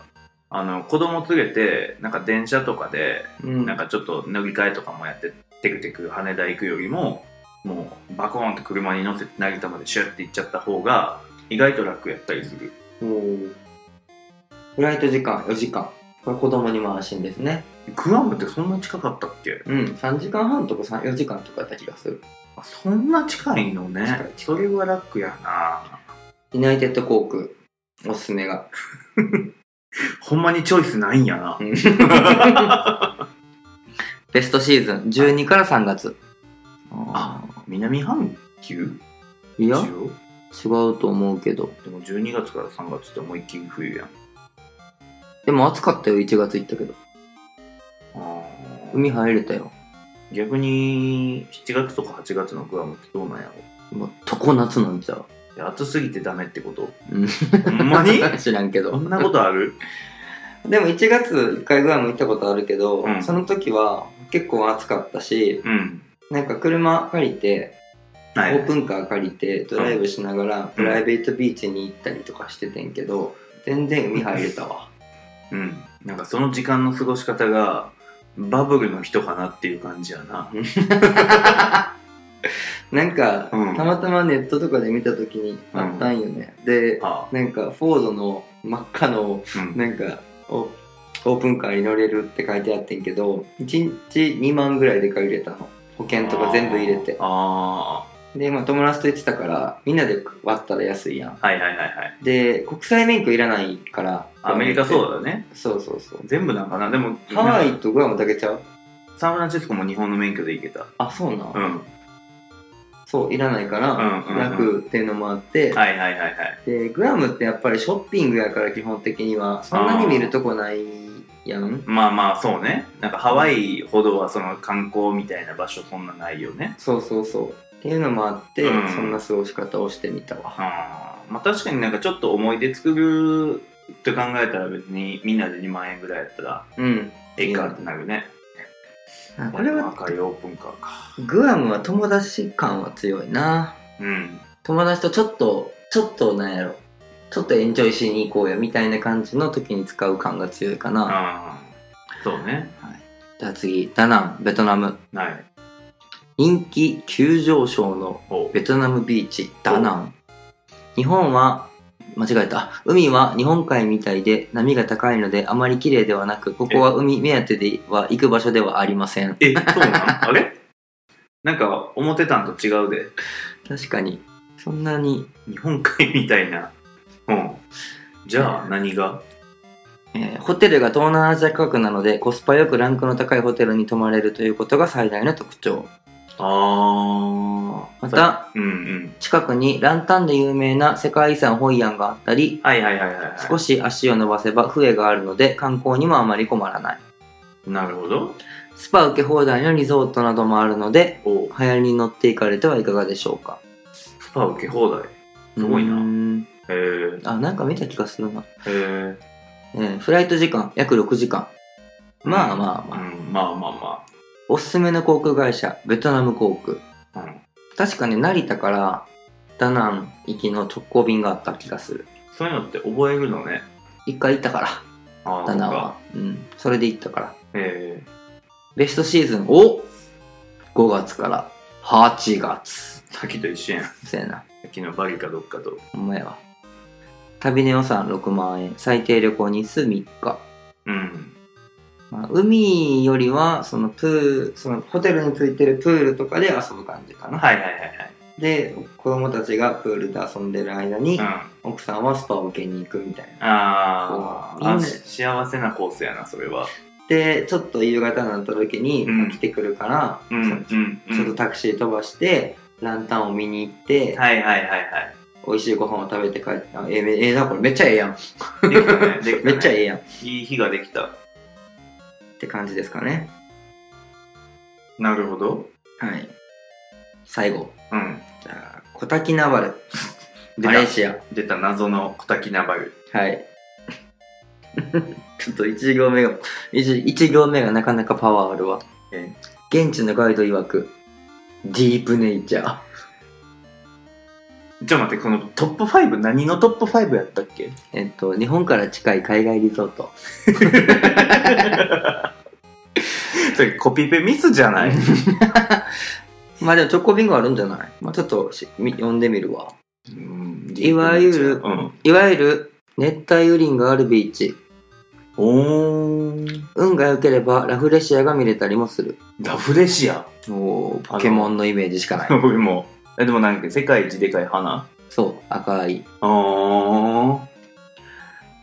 [SPEAKER 1] あの子供連れてなんか電車とかで
[SPEAKER 2] うん、
[SPEAKER 1] なんかちょっと乗り換えとかもやってテクテク羽田行くよりももうバコーンと車に乗せて成田までシュッて行っちゃった方が意外と楽やったりする
[SPEAKER 2] おーフライト時間4時間これ子供にも安心ですね
[SPEAKER 1] グアムってそんな近かったっけ
[SPEAKER 2] うん3時間半とか3 4時間とかだった気がする
[SPEAKER 1] あそんな近いの
[SPEAKER 2] 近い
[SPEAKER 1] ねそれは楽やな
[SPEAKER 2] ユナイテッド航空おすす
[SPEAKER 1] (laughs)
[SPEAKER 2] めが
[SPEAKER 1] ほんまにチョイスないんやな
[SPEAKER 2] うんベストシーズン12から3月
[SPEAKER 1] あ南半球
[SPEAKER 2] いや
[SPEAKER 1] 一応
[SPEAKER 2] 違うと思うけど
[SPEAKER 1] でも12月から3月ってもう一気に冬やん
[SPEAKER 2] でも暑かったよ1月行ったけど
[SPEAKER 1] あー
[SPEAKER 2] 海入れたよ
[SPEAKER 1] 逆に7月とか8月のグアムってどうなんやろ
[SPEAKER 2] もう常夏なんちゃう
[SPEAKER 1] いや暑すぎてダメってこと
[SPEAKER 2] うん
[SPEAKER 1] ほんまに
[SPEAKER 2] (laughs) 知らんけ
[SPEAKER 1] そ
[SPEAKER 2] ど
[SPEAKER 1] んなことある
[SPEAKER 2] でも1月1回ぐらいも行ったことあるけど、
[SPEAKER 1] うん
[SPEAKER 2] その時は結構暑かったし
[SPEAKER 1] うん。
[SPEAKER 2] なんか車借りてオ
[SPEAKER 1] はい、
[SPEAKER 2] ープンカー借りてドライブしながらプライベートビーチに行ったりとかしててんけど全然海入れたわ
[SPEAKER 1] うん。なんかその時間の過ごし方が、バブルの人かなっていう感じやな。
[SPEAKER 2] なんか、
[SPEAKER 1] うん
[SPEAKER 2] たまたまネットとかで見た時にあったんよね、で
[SPEAKER 1] あ
[SPEAKER 2] なんかフォードの真っ赤の
[SPEAKER 1] うん。
[SPEAKER 2] なんかオオープンカーに乗れるって書いてあってんけど1日2万ぐらいで借りれたの保険とか全部入れて
[SPEAKER 1] あ
[SPEAKER 2] で、まあ、友達と行ってたからみんなで割ったら安いやん
[SPEAKER 1] あ。はいはいはいはい。
[SPEAKER 2] で国際免許いらないから
[SPEAKER 1] アメリカそううだね。
[SPEAKER 2] そうそうそう
[SPEAKER 1] 全部なんかな。でも、
[SPEAKER 2] ハワ
[SPEAKER 1] なん
[SPEAKER 2] イ
[SPEAKER 1] か
[SPEAKER 2] とグアムだけちゃう
[SPEAKER 1] サンフランシスコも日本の免許で行けた。
[SPEAKER 2] あそうなん、
[SPEAKER 1] うん。は
[SPEAKER 2] そういらないか
[SPEAKER 1] うんうんう
[SPEAKER 2] ら
[SPEAKER 1] ん
[SPEAKER 2] 楽っていうのもあって、
[SPEAKER 1] いはいはいはい。
[SPEAKER 2] でグアムってやっぱりショッピングやから基本的にはそんなに見るとこないやん
[SPEAKER 1] まあまあそうね。なんかハワイほどはその観光みたいな場所そんなないよね。
[SPEAKER 2] そうそうそうっていうのもあって、
[SPEAKER 1] うん
[SPEAKER 2] そんな過ごし方をしてみたわ
[SPEAKER 1] あーまあ確かになんかちょっと思い出作るって考えたら別にみんなで2万円ぐらいやったら
[SPEAKER 2] うん
[SPEAKER 1] ええかってなるね。
[SPEAKER 2] あこれは
[SPEAKER 1] 赤いオープンカーか。
[SPEAKER 2] グアムは友達感は強いな
[SPEAKER 1] うん。
[SPEAKER 2] 友達とちょっとちょっとなんやろちょっとエンジョイしに行こうよみたいな感じの時に使う感が強いかな
[SPEAKER 1] ああ、そうね。
[SPEAKER 2] じゃあ次ダナンベトナム
[SPEAKER 1] はい。
[SPEAKER 2] 人気急上昇の
[SPEAKER 1] ほう。
[SPEAKER 2] ベトナムビーチダナン日本は間違えた海は日本海みたいで波が高いのであまり綺麗ではなくここは海目当てでは行く場所ではありません
[SPEAKER 1] え、そうなんあれなんか、思ってたんと違うで。
[SPEAKER 2] 確かにそんなに、
[SPEAKER 1] 日本海みたいな。うん。じゃあ、何が
[SPEAKER 2] えーホテルが東南アジア価格なのでコスパよくランクの高いホテルに泊まれるということが最大の特徴
[SPEAKER 1] ああ。
[SPEAKER 2] ま、た
[SPEAKER 1] うんうん。
[SPEAKER 2] 近くにランタンで有名な世界遺産ホイアンがあったり
[SPEAKER 1] はいはいはいはい。
[SPEAKER 2] 少し足を伸ばせば笛があるので観光にもあまり困らない
[SPEAKER 1] なるほど。
[SPEAKER 2] スパ受け放題のリゾートなどもあるので、
[SPEAKER 1] おう
[SPEAKER 2] 流行りに乗っていかれてはいかがでしょうか。
[SPEAKER 1] スパ受け放題。すごいな
[SPEAKER 2] うーん
[SPEAKER 1] へえ。
[SPEAKER 2] あ、なんか見た気がするな。
[SPEAKER 1] へえ。
[SPEAKER 2] えーフライト時間、約6時間。まあまあまあ、
[SPEAKER 1] うん、まあまあま
[SPEAKER 2] おすすめの航空会社ベトナム航空
[SPEAKER 1] あ。うん。
[SPEAKER 2] 確かね成田からダナン行きの直行便があった気がする
[SPEAKER 1] そういうのって覚えるのね。
[SPEAKER 2] 一回行ったから
[SPEAKER 1] ああ、
[SPEAKER 2] ダ
[SPEAKER 1] そ
[SPEAKER 2] ナ
[SPEAKER 1] う
[SPEAKER 2] ン
[SPEAKER 1] か
[SPEAKER 2] は。うんそれで行ったから
[SPEAKER 1] ええ
[SPEAKER 2] ベストシーズンを5月から8月
[SPEAKER 1] さっきと一緒やん。さ
[SPEAKER 2] せやな
[SPEAKER 1] っきのバリかどっかと。
[SPEAKER 2] お前は旅の予算6万円最低旅行日数3日、
[SPEAKER 1] うん。
[SPEAKER 2] まあ、海よりはそのプーそのホテルについてるプールとかで遊ぶ感じかな
[SPEAKER 1] はいはいはい
[SPEAKER 2] で子供たちがプールで遊んでる間に、
[SPEAKER 1] はい。
[SPEAKER 2] 奥さんはスパを受けに行くみたい
[SPEAKER 1] う
[SPEAKER 2] な
[SPEAKER 1] ん。あ
[SPEAKER 2] そう
[SPEAKER 1] ーあ、
[SPEAKER 2] いいね
[SPEAKER 1] し幸せなコースやな、それは。
[SPEAKER 2] でちょっと夕方になった時に、
[SPEAKER 1] うん
[SPEAKER 2] まあ来てくるから、
[SPEAKER 1] うん
[SPEAKER 2] ち
[SPEAKER 1] うん、う
[SPEAKER 2] ょっと
[SPEAKER 1] ん。
[SPEAKER 2] タクシー飛ばしてランタンを見に行って、
[SPEAKER 1] はいはいはいはい。
[SPEAKER 2] 美味しいご飯を食べて帰ってあええええなこれめっちゃええやん
[SPEAKER 1] できたね。できたね
[SPEAKER 2] (laughs) めっちゃええやんっ
[SPEAKER 1] いい日ができた。
[SPEAKER 2] て感じですかね
[SPEAKER 1] なるほど。
[SPEAKER 2] はい最後
[SPEAKER 1] うん。
[SPEAKER 2] じゃあ小滝ナバル
[SPEAKER 1] 出
[SPEAKER 2] マ
[SPEAKER 1] た
[SPEAKER 2] レーシア
[SPEAKER 1] 出た謎の小滝ナバル。
[SPEAKER 2] はい (laughs) ちょっと1行目が 1, 一行目がなかなかパワーあるわ
[SPEAKER 1] え
[SPEAKER 2] 現地のガイド曰くディープネイチャー
[SPEAKER 1] ちょっと待って、このトップ5、何のトップ5やったっけ
[SPEAKER 2] えっと日本から近い海外リゾート
[SPEAKER 1] それコピペミスじゃない
[SPEAKER 2] まあでもチョコビンゴあるんじゃない、まあ、ちょっとしみ読んでみるわ
[SPEAKER 1] うん
[SPEAKER 2] (laughs) いわゆる
[SPEAKER 1] うん。
[SPEAKER 2] いわゆる熱帯雨林があるビーチ
[SPEAKER 1] おー。
[SPEAKER 2] 運が良ければラフレシアが見れたりもする
[SPEAKER 1] ラフレシア。
[SPEAKER 2] おポケモンのイメージしかない
[SPEAKER 1] (laughs) 僕も。えでもなんか世界一でかい花。
[SPEAKER 2] そう赤い
[SPEAKER 1] あー。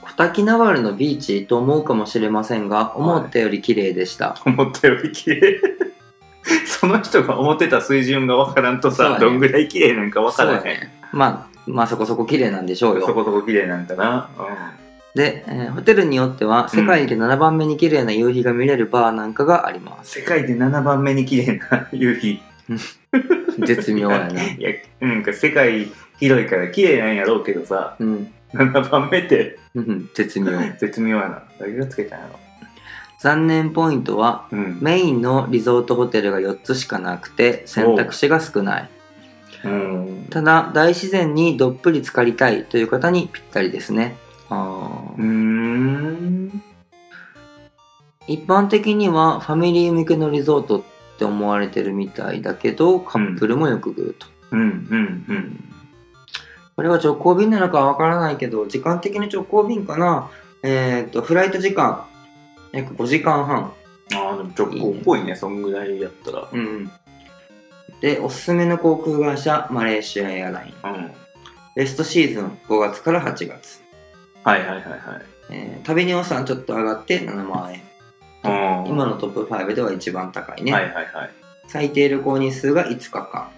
[SPEAKER 2] 小滝ナワルのビーチと思うかもしれませんが
[SPEAKER 1] い
[SPEAKER 2] 思ったより綺麗でした、
[SPEAKER 1] 思ったより綺麗。 (laughs) その人が思ってた水準がわからんと
[SPEAKER 2] そう
[SPEAKER 1] さ、
[SPEAKER 2] だね
[SPEAKER 1] どんぐらい綺麗なんかわ
[SPEAKER 2] そ
[SPEAKER 1] か
[SPEAKER 2] う
[SPEAKER 1] ら
[SPEAKER 2] だ
[SPEAKER 1] へん。
[SPEAKER 2] ねまあまあそこそこ綺麗なんでしょう
[SPEAKER 1] そ
[SPEAKER 2] よ
[SPEAKER 1] こそこ綺麗なんかな。
[SPEAKER 2] で、えーホテルによっては世界で7番目に綺麗な夕日が見れるバーなんかがあります、
[SPEAKER 1] 世界で7番目に綺麗な夕日。
[SPEAKER 2] 絶妙や
[SPEAKER 1] (laughs)
[SPEAKER 2] な
[SPEAKER 1] いや、なんか世界広いから綺麗なんやろうけどさ、
[SPEAKER 2] うん
[SPEAKER 1] 7番目って
[SPEAKER 2] うん絶妙
[SPEAKER 1] 絶妙やな。誰がつけたんやろ。
[SPEAKER 2] 残念ポイントは
[SPEAKER 1] うん。
[SPEAKER 2] メインのリゾートホテルが4つしかなくて選択肢が少ない
[SPEAKER 1] うん。
[SPEAKER 2] ただ大自然にどっぷり浸かりたいという方にぴったりですねあー
[SPEAKER 1] うーん。
[SPEAKER 2] 一般的にはファミリー向けのリゾートって思われてるみたいだけどカップルもよく来ると、
[SPEAKER 1] うんうんうん。
[SPEAKER 2] これは直行便なのかわからないけど時間的に直行便かなえっとフライト時間約5時間半
[SPEAKER 1] ああ、でも直行っぽいね、そんぐらいやったら。
[SPEAKER 2] うんうんでおすすめの航空会社マレーシアエアライン
[SPEAKER 1] うん。
[SPEAKER 2] ベストシーズン5月から8月、
[SPEAKER 1] はいはいはいはい。
[SPEAKER 2] えー旅の予算ちょっと上がって7万円
[SPEAKER 1] うん
[SPEAKER 2] 今のトップ5では一番高いね、
[SPEAKER 1] はいはいはい。
[SPEAKER 2] 最低旅行日数が5日間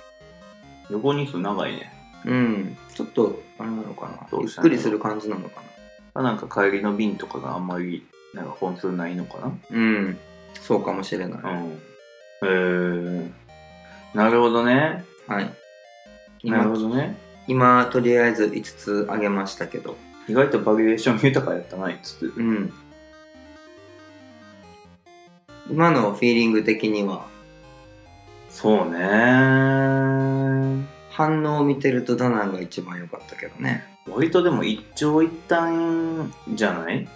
[SPEAKER 1] 旅行日数長いね。
[SPEAKER 2] うんちょっとあれなのかな
[SPEAKER 1] ど
[SPEAKER 2] ゆ
[SPEAKER 1] う
[SPEAKER 2] っ
[SPEAKER 1] したの
[SPEAKER 2] くりする感じなのか
[SPEAKER 1] あなんか帰りの便とかがあんまり、なんか本数ないのか
[SPEAKER 2] なうんそうかもしれない、
[SPEAKER 1] なうん。へえー。なるほどね。
[SPEAKER 2] はい
[SPEAKER 1] なる
[SPEAKER 2] 今
[SPEAKER 1] ほどね。
[SPEAKER 2] 今とりあえず5つあげましたけど
[SPEAKER 1] 意外とバリエーション豊かやったな、いつつ。
[SPEAKER 2] うん今のフィーリング的には
[SPEAKER 1] そうねー。
[SPEAKER 2] 反応を見てるとダナンが一番良かったけどね
[SPEAKER 1] 割とでも一長一短じゃない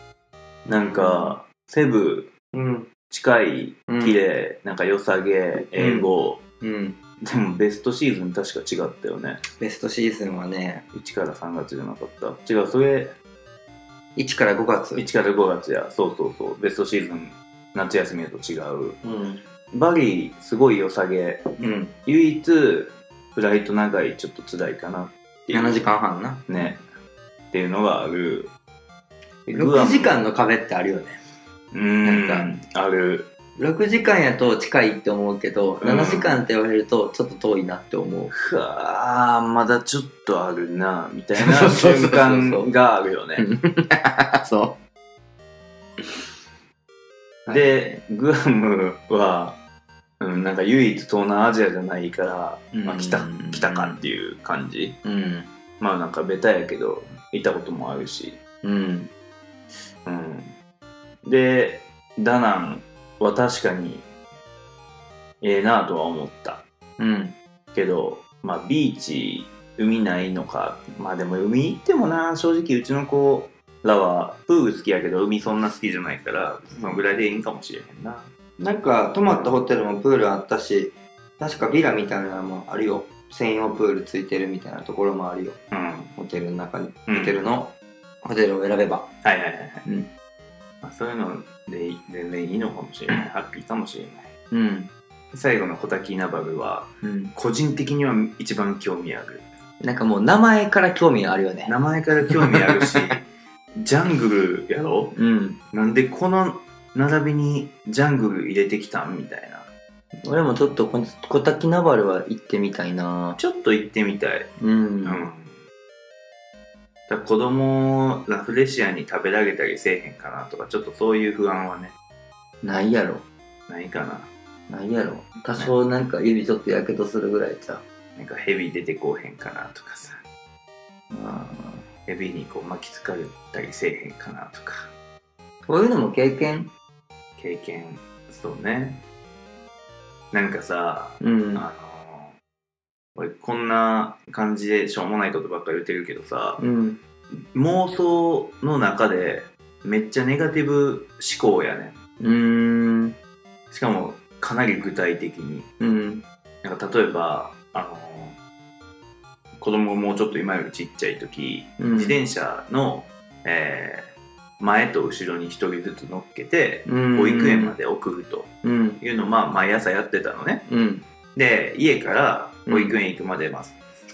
[SPEAKER 1] なんか、セブ、
[SPEAKER 2] うん
[SPEAKER 1] 近い、
[SPEAKER 2] うん
[SPEAKER 1] 綺麗、なんか良さげ、英語。
[SPEAKER 2] うん
[SPEAKER 1] でもベストシーズン確か違ったよね。
[SPEAKER 2] ベストシーズンはね
[SPEAKER 1] 1から3月じゃなかった。違う、それ、
[SPEAKER 2] 1から5月
[SPEAKER 1] 1から5月やそうそうそうベストシーズン夏休みだと違う
[SPEAKER 2] うん
[SPEAKER 1] バリーすごい良さげ
[SPEAKER 2] うん
[SPEAKER 1] 唯一フライト長いちょっと辛いかなっていう
[SPEAKER 2] 7時間半な
[SPEAKER 1] ねっていうのがあるグア
[SPEAKER 2] 6
[SPEAKER 1] ム
[SPEAKER 2] 時間の壁ってあるよね
[SPEAKER 1] うん
[SPEAKER 2] なん
[SPEAKER 1] ある
[SPEAKER 2] 6時間やと近いって思うけど、
[SPEAKER 1] うん
[SPEAKER 2] 7時間って言われるとちょっと遠いなっ
[SPEAKER 1] (laughs)
[SPEAKER 2] て思う
[SPEAKER 1] ふわーまだちょっとあるなみたいな
[SPEAKER 2] そうそうそうそ
[SPEAKER 1] 瞬
[SPEAKER 2] う
[SPEAKER 1] 間があるよね
[SPEAKER 2] あそ
[SPEAKER 1] でグアムは、うん、なんか唯一東南アジアじゃないから、まあ、来た
[SPEAKER 2] うん
[SPEAKER 1] 来たかっていう感じ、
[SPEAKER 2] うん
[SPEAKER 1] まあなんかベタやけど、いたこともあるし。
[SPEAKER 2] うん
[SPEAKER 1] うん。で、ダナンは確かにええなとは思った
[SPEAKER 2] うん。
[SPEAKER 1] けど、まあ、ビーチ海ないのかまあでも海行ってもな正直うちの子らはプール好きやけど海そんな好きじゃないからそのぐらいでいいんかもしれへんな
[SPEAKER 2] なんか、泊まったホテルもプールあったし、確かビラみたいなのもあるよ。専用プールついてるみたいなところもあるよ。
[SPEAKER 1] うん、
[SPEAKER 2] ホテルの中に。
[SPEAKER 1] うん、
[SPEAKER 2] ホテルの、ホテルを選べば。
[SPEAKER 1] はいはいはいはい、
[SPEAKER 2] うん
[SPEAKER 1] まあ、そういうので全然いいのかもしれ
[SPEAKER 2] (laughs)
[SPEAKER 1] ないハッピーかもしれない
[SPEAKER 2] うん。
[SPEAKER 1] 最後の小滝ナバブは
[SPEAKER 2] うん。
[SPEAKER 1] 個人的には一番興味ある
[SPEAKER 2] なんかもう名前から興味があるよね。
[SPEAKER 1] 名前から興味ある
[SPEAKER 2] (laughs)
[SPEAKER 1] しジャングルやろ
[SPEAKER 2] うん。
[SPEAKER 1] なんでこの並びにジャングル入れてきたんみたいな
[SPEAKER 2] 俺もちょっとこ、小滝ナバルは行ってみたいな
[SPEAKER 1] ちょっと行ってみたい、
[SPEAKER 2] うん
[SPEAKER 1] うんだから子供をラフレシアに食べられたりせえへんかなとかちょっとそういう不安はね
[SPEAKER 2] ないやろ。
[SPEAKER 1] ないかな
[SPEAKER 2] ないやろ。多少なんか指ちょっとやけどするぐらいじゃう。
[SPEAKER 1] なんかヘビ出てこうへんかなとかさ
[SPEAKER 2] あ
[SPEAKER 1] ヘビにこう巻きつかれたりせえへんかなとか
[SPEAKER 2] ーそういうのも経験
[SPEAKER 1] 経験そうねなんかさ
[SPEAKER 2] うん
[SPEAKER 1] あの俺こんな感じでしょうもないことばっかり言ってるけどさ、
[SPEAKER 2] うん。
[SPEAKER 1] 妄想の中でめっちゃネガティブ思考やね
[SPEAKER 2] うーん。
[SPEAKER 1] んしかもかなり具体的に
[SPEAKER 2] うん。
[SPEAKER 1] なんか例えばあの子供もうちょっと今よりちっちゃい時、
[SPEAKER 2] うん
[SPEAKER 1] 自転車の、えー前と後ろに1人ずつ乗っけて
[SPEAKER 2] うん
[SPEAKER 1] 保育園ま。で送ると
[SPEAKER 2] うん。
[SPEAKER 1] いうのを、まあ、毎朝やってたのね
[SPEAKER 2] うん。
[SPEAKER 1] で家から保育園行くまで、まあ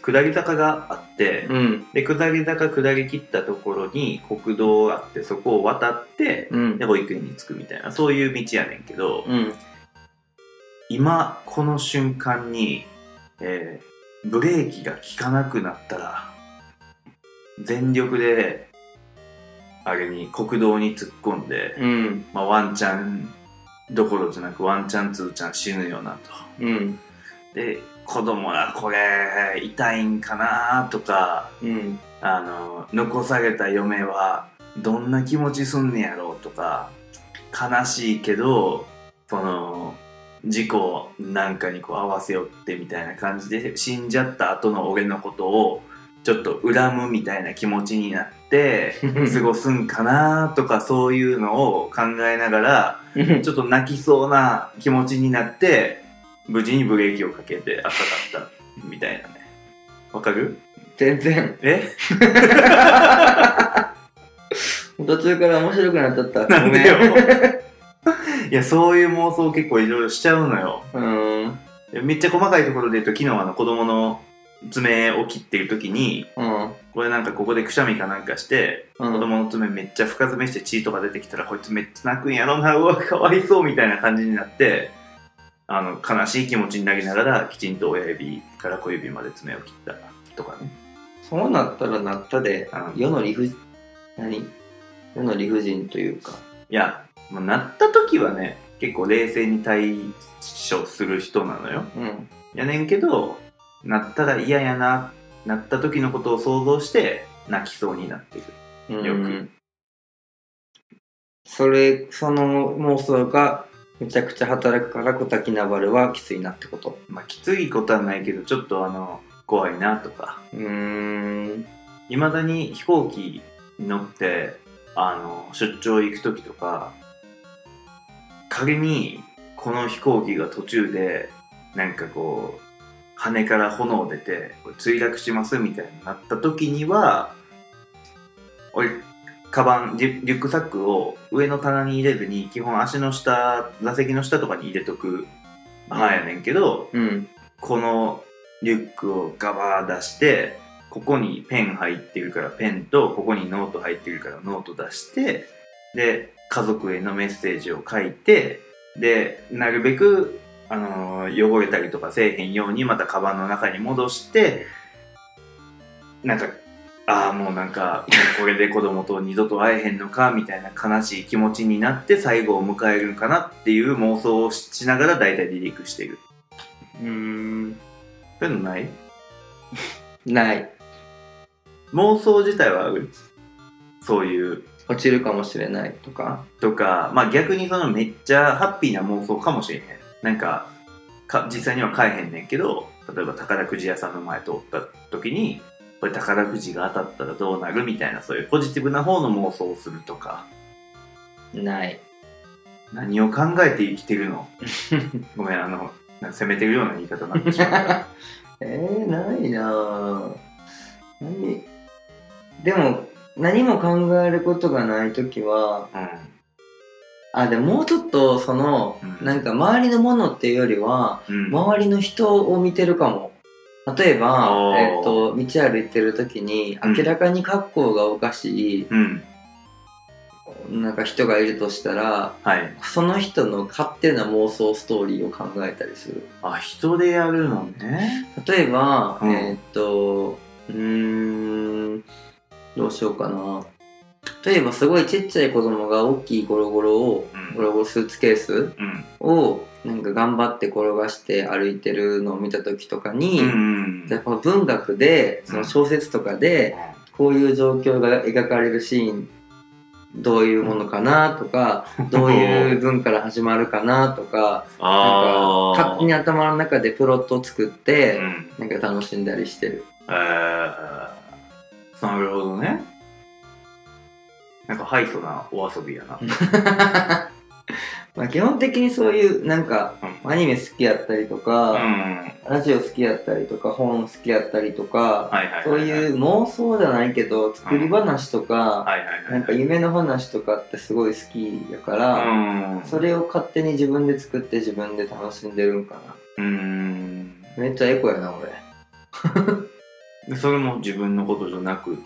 [SPEAKER 1] 下り坂があって、
[SPEAKER 2] うん。
[SPEAKER 1] で下り坂下り切ったところに国道があってそこを渡って
[SPEAKER 2] うん
[SPEAKER 1] で。保育園に着くみたいなそういう道やねんけど、
[SPEAKER 2] うん。
[SPEAKER 1] 今この瞬間に、えーブレーキが効かなくなったら全力であれに国道に突っ込んで、
[SPEAKER 2] うん。
[SPEAKER 1] まあ、ワンチャンどころじゃなくワンチャンツーチャン死ぬよなと。
[SPEAKER 2] うん。
[SPEAKER 1] で子供らこれ痛いんかなとか
[SPEAKER 2] うん。
[SPEAKER 1] あの残された嫁はどんな気持ちすんねやろうとか悲しいけどその事故なんかにこう合わせよってみたいな感じで死んじゃった後の俺のことをちょっと恨むみたいな気持ちになって過ごすんかなとかそういうのを考えながら
[SPEAKER 2] うん。
[SPEAKER 1] ちょっと泣きそうな気持ちになって、無事にブレーキをかけて赤かった、みたいなね。わかる
[SPEAKER 2] 全然。
[SPEAKER 1] え
[SPEAKER 2] 途中から面白くなっちゃった。
[SPEAKER 1] なんでよ
[SPEAKER 2] ごめん。
[SPEAKER 1] (laughs) いや、そういう妄想結構いろいろしちゃうのよ。
[SPEAKER 2] うーん。
[SPEAKER 1] めっちゃ細かいところで言うと、昨日あの子供の爪を切ってる時に、
[SPEAKER 2] うん。
[SPEAKER 1] これなんかここでくしゃみかなんかして、
[SPEAKER 2] う
[SPEAKER 1] 子
[SPEAKER 2] ん。
[SPEAKER 1] 供の爪めっちゃ深爪して血とか出てきたら、こいつめっちゃ泣くんやろな、うわ、かわいそうみたいな感じになって、あの、悲しい気持ちになりながら、きちんと親指から小指まで爪を切ったとかね。
[SPEAKER 2] そうなったらなったで、
[SPEAKER 1] うん
[SPEAKER 2] 世の理不尽、何世の理不尽というか。
[SPEAKER 1] いや、まあ、なった時はね、結構冷静に対処する人なのよ。
[SPEAKER 2] うん。
[SPEAKER 1] やねんけど、なったら嫌やな、なった時のことを想像して、泣きそうになってる。
[SPEAKER 2] うん
[SPEAKER 1] よく。
[SPEAKER 2] それ、その妄想が、めちゃくちゃ働くから、小滝ナバルはきついなってこと。
[SPEAKER 1] まあ、きついことはないけど、ちょっとあの、怖いなとか。
[SPEAKER 2] うーん。
[SPEAKER 1] いまだに飛行機に乗って、あの、出張行く時とか、仮に、この飛行機が途中で、なんかこう、羽から炎出て、これ墜落しますみたいになった時には、俺、カバン、リュリュックサックを上の棚に入れずに、基本足の下、座席の下とかに入れとく派やねんけど、
[SPEAKER 2] うん。
[SPEAKER 1] このリュックをガバー出してここにペン入ってるからペンとここにノート入ってるからノート出してで家族へのメッセージを書いてでなるべく、あのー汚れたりとかせえへんようにまたカバンの中に戻してなんかああもうなんかこれで子供と二度と会えへんのかみたいな悲しい気持ちになって最後を迎えるんかなっていう妄想をしながら大体離陸してる。
[SPEAKER 2] うーん。
[SPEAKER 1] そういうのない
[SPEAKER 2] ない。
[SPEAKER 1] 妄想自体はあるそういう
[SPEAKER 2] 落ちるかもしれないとか
[SPEAKER 1] とか、まあ逆にそのめっちゃハッピーな妄想かもしれへん。なんか、か実際には買えへんねんけど、例えば宝くじ屋さんの前通った時に、これ宝くじが当たったらどうなるみたいな、そういうポジティブな方の妄想をするとか、
[SPEAKER 2] ない
[SPEAKER 1] 何を考えて生きてるのごめん、あの、なんか責めてるような言い方になってしまうから。
[SPEAKER 2] (laughs) えー、ないなぁ何でも何も考えることがない時はあでももうちょっとその、
[SPEAKER 1] うん
[SPEAKER 2] なんか周りのものっていうよりは
[SPEAKER 1] うん。うん。
[SPEAKER 2] 周りの人を見てるかも例えば
[SPEAKER 1] お、ー
[SPEAKER 2] えっと道歩いてる時に
[SPEAKER 1] うん
[SPEAKER 2] 明らかに格好がおかしい、
[SPEAKER 1] うん。
[SPEAKER 2] なんか人がいるとしたら
[SPEAKER 1] はい。
[SPEAKER 2] その人の勝手な妄想ストーリーを考えたりする
[SPEAKER 1] あ、人でやるのね。
[SPEAKER 2] 例えば、
[SPEAKER 1] うん
[SPEAKER 2] えーっとうーんどうしようかな例えばすごいちっちゃい子供が大きいゴロゴロを
[SPEAKER 1] うん
[SPEAKER 2] ゴロゴロスーツケース
[SPEAKER 1] うん。
[SPEAKER 2] をなんか頑張って転がして歩いてるのを見た時とかに、
[SPEAKER 1] うん。
[SPEAKER 2] じゃあこの文学でその小説とかでこういう状況が描かれるシーンどういうものかなとかどういう文から始まるかなとかなんか
[SPEAKER 1] ああ。
[SPEAKER 2] 勝手に頭の中でプロットを作って、
[SPEAKER 1] うん。
[SPEAKER 2] なんか楽しんだりしてる。
[SPEAKER 1] えー、なるほどね。なんか、ハイソなお遊びやな。
[SPEAKER 2] まあ基本的にそういうなんか
[SPEAKER 1] う
[SPEAKER 2] アニメ好きやったりと
[SPEAKER 1] ん。う
[SPEAKER 2] か、
[SPEAKER 1] ん
[SPEAKER 2] ラジオ好きやったりとか本好きやったりとか、
[SPEAKER 1] はいはいはい。。
[SPEAKER 2] そういうう妄想じゃないけど作り話とか、
[SPEAKER 1] はいはいはい。
[SPEAKER 2] なんか夢の話とかってすごい好きやから、
[SPEAKER 1] うん。
[SPEAKER 2] それを勝手に自分で作って自分で楽しんでるんかな。
[SPEAKER 1] うん。
[SPEAKER 2] めっちゃエコやな俺。
[SPEAKER 1] でそれも自分のことじゃなくっ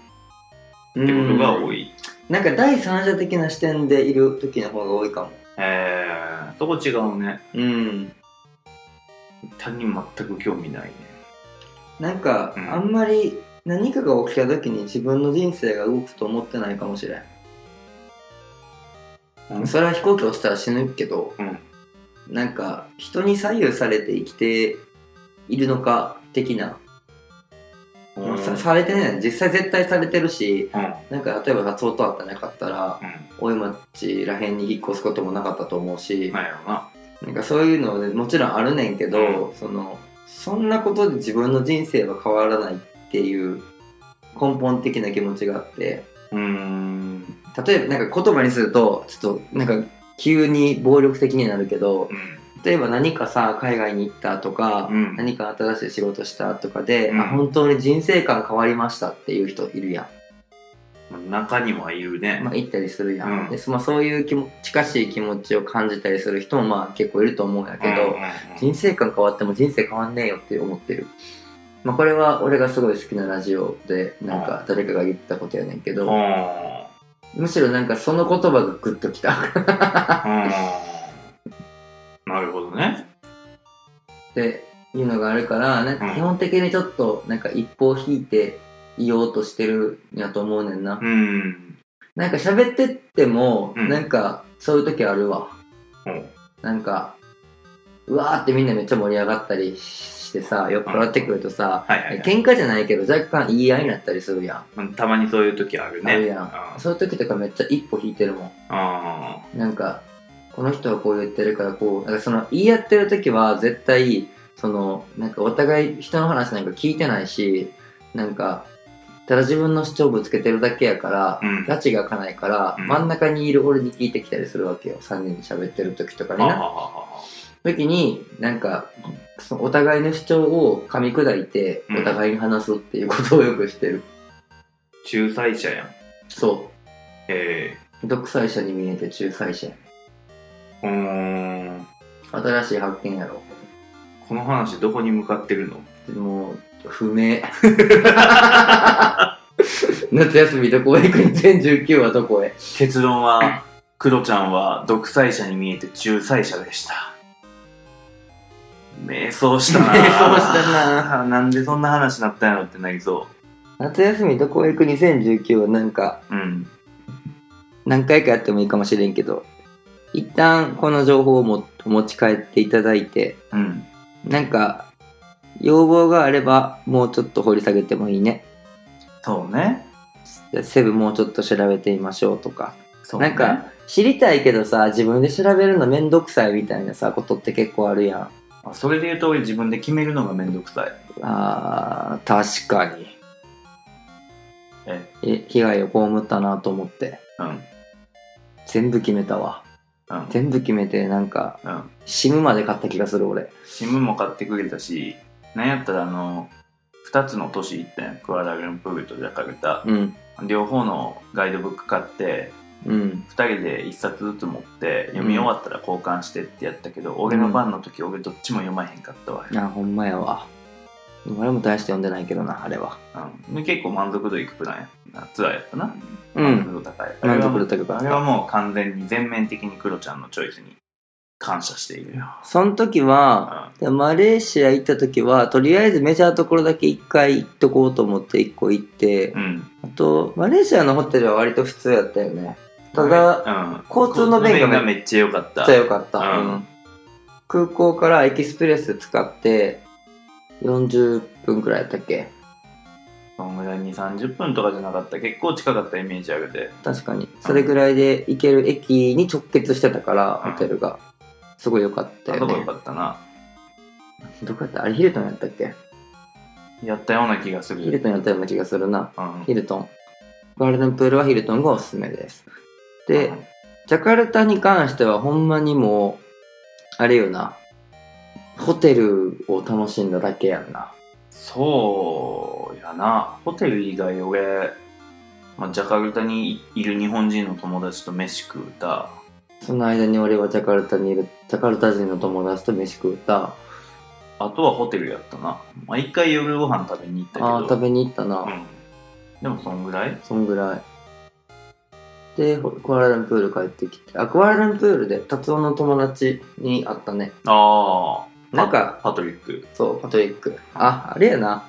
[SPEAKER 1] て
[SPEAKER 2] う
[SPEAKER 1] こと
[SPEAKER 2] ん
[SPEAKER 1] が多い。
[SPEAKER 2] なんか第三者的な視点でいる時の方が多いかも。
[SPEAKER 1] えー、そこ違うね。
[SPEAKER 2] うん。
[SPEAKER 1] 他人全く興味ないね。
[SPEAKER 2] なんか、
[SPEAKER 1] うん
[SPEAKER 2] あんまり何かが起きた時に自分の人生が動くと思ってないかもしれん。
[SPEAKER 1] うん
[SPEAKER 2] それは飛行機落ちたら死ぬけど、
[SPEAKER 1] うん
[SPEAKER 2] なんか人に左右されて生きているのか的な、もうさされてない実際絶対されてるし
[SPEAKER 1] うん。
[SPEAKER 2] なんか例えば夏音あったなかったら
[SPEAKER 1] う
[SPEAKER 2] 大井町らへんに引っ越すこともなかったと思うし、
[SPEAKER 1] ん。なんやろな。
[SPEAKER 2] なんかそういうのはねもちろんあるねんけど、そのそんなことで自分の人生は変わらないっていう根本的な気持ちがあって
[SPEAKER 1] うーん。
[SPEAKER 2] 例えばなんか言葉にするとちょっとなんか急に暴力的になるけど、
[SPEAKER 1] うん。
[SPEAKER 2] 例えば何かさ海外に行ったとか、
[SPEAKER 1] うん
[SPEAKER 2] 何か新しい仕事したとかで、
[SPEAKER 1] うん
[SPEAKER 2] あ本当に人生観変わりましたっていう人いるや
[SPEAKER 1] 中にはいるね。
[SPEAKER 2] ん、まあ、行ったりするや
[SPEAKER 1] う
[SPEAKER 2] ん、
[SPEAKER 1] ん
[SPEAKER 2] でそまあ、そういう気も近しい気持ちを感じたりする人もまあ結構いると思うんやけど、
[SPEAKER 1] うんうんうん
[SPEAKER 2] 人生観変わっても人生変わんねえよって思ってる、まあ、これは俺がすごい好きなラジオでなんか誰かが言ったことやねんけど、
[SPEAKER 1] うん
[SPEAKER 2] むしろなんかその言葉がグッときた (laughs)
[SPEAKER 1] うんなるほどね。
[SPEAKER 2] っていうのがあるからなんか基本的にちょっとなんか一歩引いていようとしてるんやと思うねんな、
[SPEAKER 1] うん。
[SPEAKER 2] なんか喋ってっても、
[SPEAKER 1] うん
[SPEAKER 2] なんかそういう時あるわ、
[SPEAKER 1] うん
[SPEAKER 2] なんかうわーってみんなめっちゃ盛り上がったりしてさ酔っ払ってくるとさ、
[SPEAKER 1] はいはい、はい
[SPEAKER 2] 喧嘩じゃないけど若干言い合いになったりするやん
[SPEAKER 1] うん。たまにそういう時あるね。
[SPEAKER 2] あるやん、そういう時とかめっちゃ一歩引いてるも
[SPEAKER 1] うん。
[SPEAKER 2] んなんかこの人はこう言ってるからこうなんかその言い合ってる時は絶対そのなんかお互い人の話なんか聞いてないしなんかただ自分の主張ぶつけてるだけやから、
[SPEAKER 1] うん
[SPEAKER 2] 拉致が開かないから、
[SPEAKER 1] うん
[SPEAKER 2] 真ん中にいる俺に聞いてきたりするわけよ3人で喋ってる時とかに
[SPEAKER 1] あは
[SPEAKER 2] な
[SPEAKER 1] はは
[SPEAKER 2] 時になんかそのお互いの主張を噛み砕いて
[SPEAKER 1] うん
[SPEAKER 2] お互いに話すっていうことをよくしてる、
[SPEAKER 1] 仲裁者やん。
[SPEAKER 2] そ
[SPEAKER 1] え
[SPEAKER 2] う独裁者に見えて仲裁者
[SPEAKER 1] えうん。
[SPEAKER 2] 新しい発見やろ
[SPEAKER 1] この話どこに向かってるの
[SPEAKER 2] もう不明 (laughs) 夏休みどこへ行く2019はどこへ
[SPEAKER 1] 結論は、クロちゃんは独裁者に見えて仲裁者でした。瞑想したな。
[SPEAKER 2] 迷走した
[SPEAKER 1] な。 (laughs) なんでそんな話になったんやろってなりそ
[SPEAKER 2] 夏休みどこへ行く2019はなんか
[SPEAKER 1] う。うん。
[SPEAKER 2] 何回かやってもいいかもしれんけど一旦この情報をも持ち帰っていただいて
[SPEAKER 1] うん。
[SPEAKER 2] なんか要望があればもうちょっと掘り下げてもいいね
[SPEAKER 1] そうね。
[SPEAKER 2] じゃあセブもうちょっと調べてみましょうとか、
[SPEAKER 1] そうね
[SPEAKER 2] なんか知りたいけどさ自分で調べるのめんどくさいみたいなさことって結構あるやん
[SPEAKER 1] あそれで言うと俺自分で決めるのがめんどくさい
[SPEAKER 2] あー確かに
[SPEAKER 1] え
[SPEAKER 2] え被害を被ったなと思って
[SPEAKER 1] うんうん
[SPEAKER 2] 全部決めたわ全部決めてなんか
[SPEAKER 1] うん
[SPEAKER 2] 死ぬまで買った気がする俺
[SPEAKER 1] 新聞も買ってくれたしなんやったらあの2つの都市行ったんやクアラルンプールとジャカルタ
[SPEAKER 2] うん
[SPEAKER 1] 両方のガイドブック買って
[SPEAKER 2] うん
[SPEAKER 1] 2人で1冊ずつ持って読み終わったら交換してってやったけど、俺の番の時俺どっちも読まへんかったわ、
[SPEAKER 2] あほんまやわ俺も大して読んでないけどなあれは
[SPEAKER 1] うんで結構満足度いくプランやなツアーやったな、
[SPEAKER 2] う
[SPEAKER 1] 満足
[SPEAKER 2] ん
[SPEAKER 1] 度高い
[SPEAKER 2] 満足
[SPEAKER 1] あれ
[SPEAKER 2] 度
[SPEAKER 1] は
[SPEAKER 2] 高かっ
[SPEAKER 1] あれは
[SPEAKER 2] た
[SPEAKER 1] もう完全に全面的にクロちゃんのチョイスに感謝しているよ、
[SPEAKER 2] その時
[SPEAKER 1] うん
[SPEAKER 2] はでマレーシア行った時はとりあえずメジャーところだけ一回行っとこうと思って一個行って
[SPEAKER 1] うん、
[SPEAKER 2] あとマレーシアのホテルは割と普通やったよねただ
[SPEAKER 1] うん、
[SPEAKER 2] 交通の便が
[SPEAKER 1] 交通めっちゃ良かっ
[SPEAKER 2] め
[SPEAKER 1] た
[SPEAKER 2] っちゃ良かった、
[SPEAKER 1] うん
[SPEAKER 2] うん空港からエキスプレス使って40分くらいやったっけ
[SPEAKER 1] そんぐらいに30分とかじゃなかった結構近かったイメージあるで
[SPEAKER 2] 確かにそれぐらいで行ける駅に直結してたからホテルがすごい良かった
[SPEAKER 1] あ
[SPEAKER 2] よ
[SPEAKER 1] そこ良
[SPEAKER 2] ね
[SPEAKER 1] かったな
[SPEAKER 2] どこやったあれヒルトンやったっけ
[SPEAKER 1] やったような気がする
[SPEAKER 2] ヒルトンやったような気がするな
[SPEAKER 1] うん
[SPEAKER 2] ヒルトンガールデンプールはヒルトンがおすすめですでジャカルタに関してはほんまにもうあれよなホテルを楽しんだだけやんな
[SPEAKER 1] そうやなホテル以外俺、まあ、ジャカルタにいる日本人の友達と飯食うた
[SPEAKER 2] その間に俺はジャカルタにいるジャカルタ人の友達と飯食うた
[SPEAKER 1] あとはホテルやったな、まあ、一回夜ご飯食べに行ったけど
[SPEAKER 2] あー食べに行ったな、
[SPEAKER 1] うん、でもそんぐらい
[SPEAKER 2] そんぐらい。で、ほクアラルンプール帰ってきて、あ、クアラルンプールで達夫の友達に会ったね。
[SPEAKER 1] ああ
[SPEAKER 2] なんか
[SPEAKER 1] パトリック
[SPEAKER 2] そう、パトリック。あ、あれやな。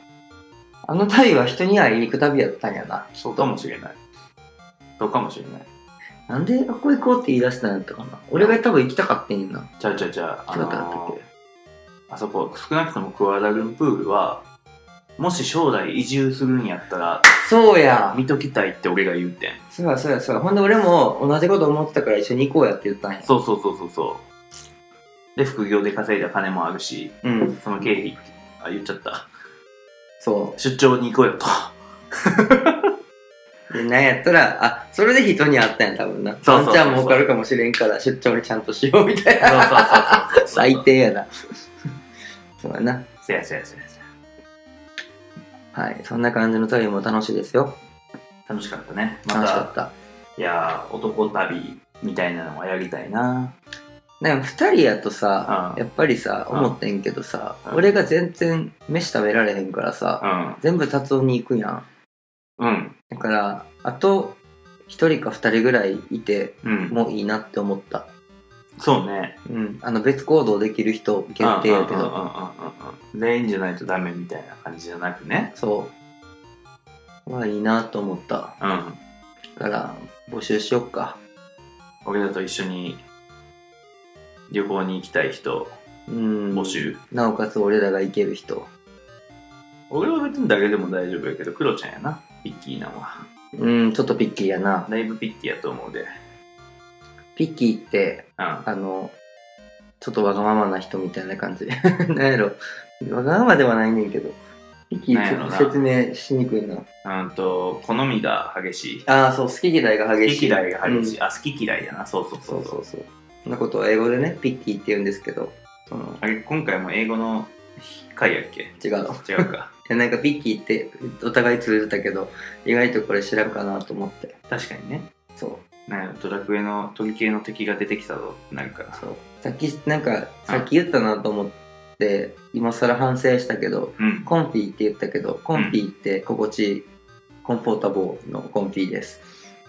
[SPEAKER 2] あの旅は人に会いに行く旅やったんやな。
[SPEAKER 1] そうかもしれないそうかもしれない
[SPEAKER 2] なんで、あこ行こうって言い出したんやったかな。俺が多分行きたかったんやな。
[SPEAKER 1] ちゃうちゃうちゃうあ
[SPEAKER 2] 違った
[SPEAKER 1] の
[SPEAKER 2] かった
[SPEAKER 1] ー
[SPEAKER 2] っ
[SPEAKER 1] あそこ少なくともクアラルンプールはもし将来移住するんやったら
[SPEAKER 2] けそうや。
[SPEAKER 1] 見ときたいって俺が言うてん
[SPEAKER 2] そうや、そうや、そうや。ほんで俺も同じこと思ってたから一緒に行こうやって言ったんや。
[SPEAKER 1] そうそうそうそうそうで副業で稼いだ金もあるし
[SPEAKER 2] うん。
[SPEAKER 1] その経費あ言っちゃった
[SPEAKER 2] そ
[SPEAKER 1] 出張に行こうよと
[SPEAKER 2] う。で、なんやったら、あ、それで人に会ったんや、多分な。
[SPEAKER 1] そうそうそうそう
[SPEAKER 2] ワンちゃん儲かるかもしれんから、出張にちゃんとしよう
[SPEAKER 1] (laughs)
[SPEAKER 2] みたいな。
[SPEAKER 1] そうそうそうそう
[SPEAKER 2] (laughs) 最低やな。そうやな。
[SPEAKER 1] せやせやせやせや
[SPEAKER 2] はい。そんな感じの旅も楽しいですよ。
[SPEAKER 1] 楽しかったねま
[SPEAKER 2] 楽しか
[SPEAKER 1] た
[SPEAKER 2] った。
[SPEAKER 1] いやー男旅みたいなのはやりたいな
[SPEAKER 2] でも二人やとさ、
[SPEAKER 1] うん
[SPEAKER 2] やっぱりさ、思ってんけどさ、
[SPEAKER 1] うん
[SPEAKER 2] 俺が全然飯食べられへんからさ、
[SPEAKER 1] うん
[SPEAKER 2] 全部達夫に行くやん。
[SPEAKER 1] うん
[SPEAKER 2] だから、あと一人か二人ぐらいいて
[SPEAKER 1] うん
[SPEAKER 2] もいいなって思った。
[SPEAKER 1] そうね
[SPEAKER 2] うん。あの、別行動できる人限定やけ
[SPEAKER 1] うんうんうん
[SPEAKER 2] ど。
[SPEAKER 1] うんうん全員じゃないとダメみたいな感じじゃなくね
[SPEAKER 2] そう。まあいいなと思った。
[SPEAKER 1] うん
[SPEAKER 2] だから、募集しよっか。
[SPEAKER 1] 俺らと一緒に旅行に行きたい人
[SPEAKER 2] うん。
[SPEAKER 1] 募。集、
[SPEAKER 2] なおかつ俺らが行ける人。
[SPEAKER 1] 俺は別に誰でも大丈夫やけどクロちゃんやなピッキーなんは
[SPEAKER 2] うん、ちょっとピッキーやな。
[SPEAKER 1] だいぶピッキーやと思うでう
[SPEAKER 2] ピッキーって、
[SPEAKER 1] ん
[SPEAKER 2] あの、ちょっとわがままな人みたいな感じ。 (laughs) なんやろ。わがままではないねんけど。ピッキ
[SPEAKER 1] なんやろ
[SPEAKER 2] ー
[SPEAKER 1] な
[SPEAKER 2] 説明しにくいな。
[SPEAKER 1] うんと好みが激しい
[SPEAKER 2] ああ、そう、好き嫌いが激
[SPEAKER 1] 好
[SPEAKER 2] しい。
[SPEAKER 1] き嫌いが激しい、
[SPEAKER 2] うん
[SPEAKER 1] あ好き嫌いやなそうそうそ
[SPEAKER 2] そうう
[SPEAKER 1] そう
[SPEAKER 2] そうそう。そんなことを英語でね、ピッキーって言うんですけど、その、
[SPEAKER 1] あれ今回も英語の回やっけ
[SPEAKER 2] 違うの。い
[SPEAKER 1] 違うか
[SPEAKER 2] やなんかピッキーってお互い通じたけど、意外とこれ知らんかなと思って。
[SPEAKER 1] 確かにね
[SPEAKER 2] そう。
[SPEAKER 1] なんやドラクエの鳥系の敵が出てきたぞってなるから
[SPEAKER 2] そう。さっき、なんか、さっき言ったなと思って、今更反省したけど、
[SPEAKER 1] うん
[SPEAKER 2] コンフィって言ったけど、コンフィって心地いい、コンフォータボーのコンフィです。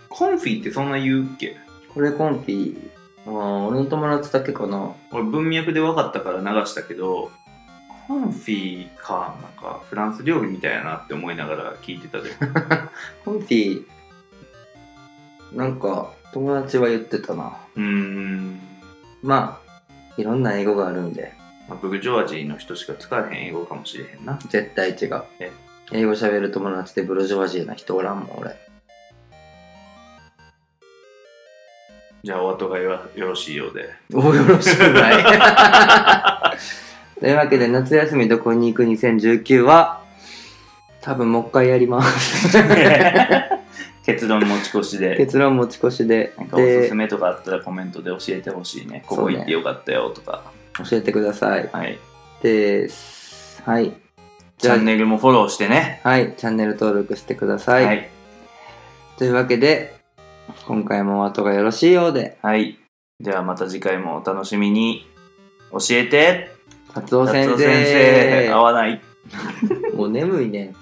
[SPEAKER 1] コンフィってそんな言うっけ
[SPEAKER 2] これコンフィ、あー俺の友達だけかな。
[SPEAKER 1] 俺文脈で分かったから流したけどコンフィかなんかフランス料理みたいやなって思いながら聞いてたで
[SPEAKER 2] コンフィ、なんか友達は言ってたな。
[SPEAKER 1] うーん、
[SPEAKER 2] まあ、いろんな英語があるんで、
[SPEAKER 1] まあ、ブルジョワジーの人しか使わへん英語かもしれへんな
[SPEAKER 2] 絶対違う
[SPEAKER 1] え。
[SPEAKER 2] 英語喋る友達でブルジョワジーな人おらんもん、俺。
[SPEAKER 1] じゃあ、お後がよよろしいようで。
[SPEAKER 2] (laughs) およろしくないというわけで夏休みどこに行く2019は多分もう一回やります
[SPEAKER 1] 結論持ち越しで。
[SPEAKER 2] 結論持ち越しで
[SPEAKER 1] なんかおす
[SPEAKER 2] です
[SPEAKER 1] めとかあったらコメントで教えてほしいね。ここ行ってよかったよとか。
[SPEAKER 2] 教えてください
[SPEAKER 1] はい。
[SPEAKER 2] ですはい
[SPEAKER 1] チ
[SPEAKER 2] じゃあ
[SPEAKER 1] ャンネルもフォローしてね。
[SPEAKER 2] はいチャンネル登録してください、
[SPEAKER 1] はい。
[SPEAKER 2] というわけで今回もお後がよろしいようで
[SPEAKER 1] はい。ではまた次回もお楽しみに。教えて
[SPEAKER 2] 達夫先生
[SPEAKER 1] 合わない。
[SPEAKER 2] もう眠いね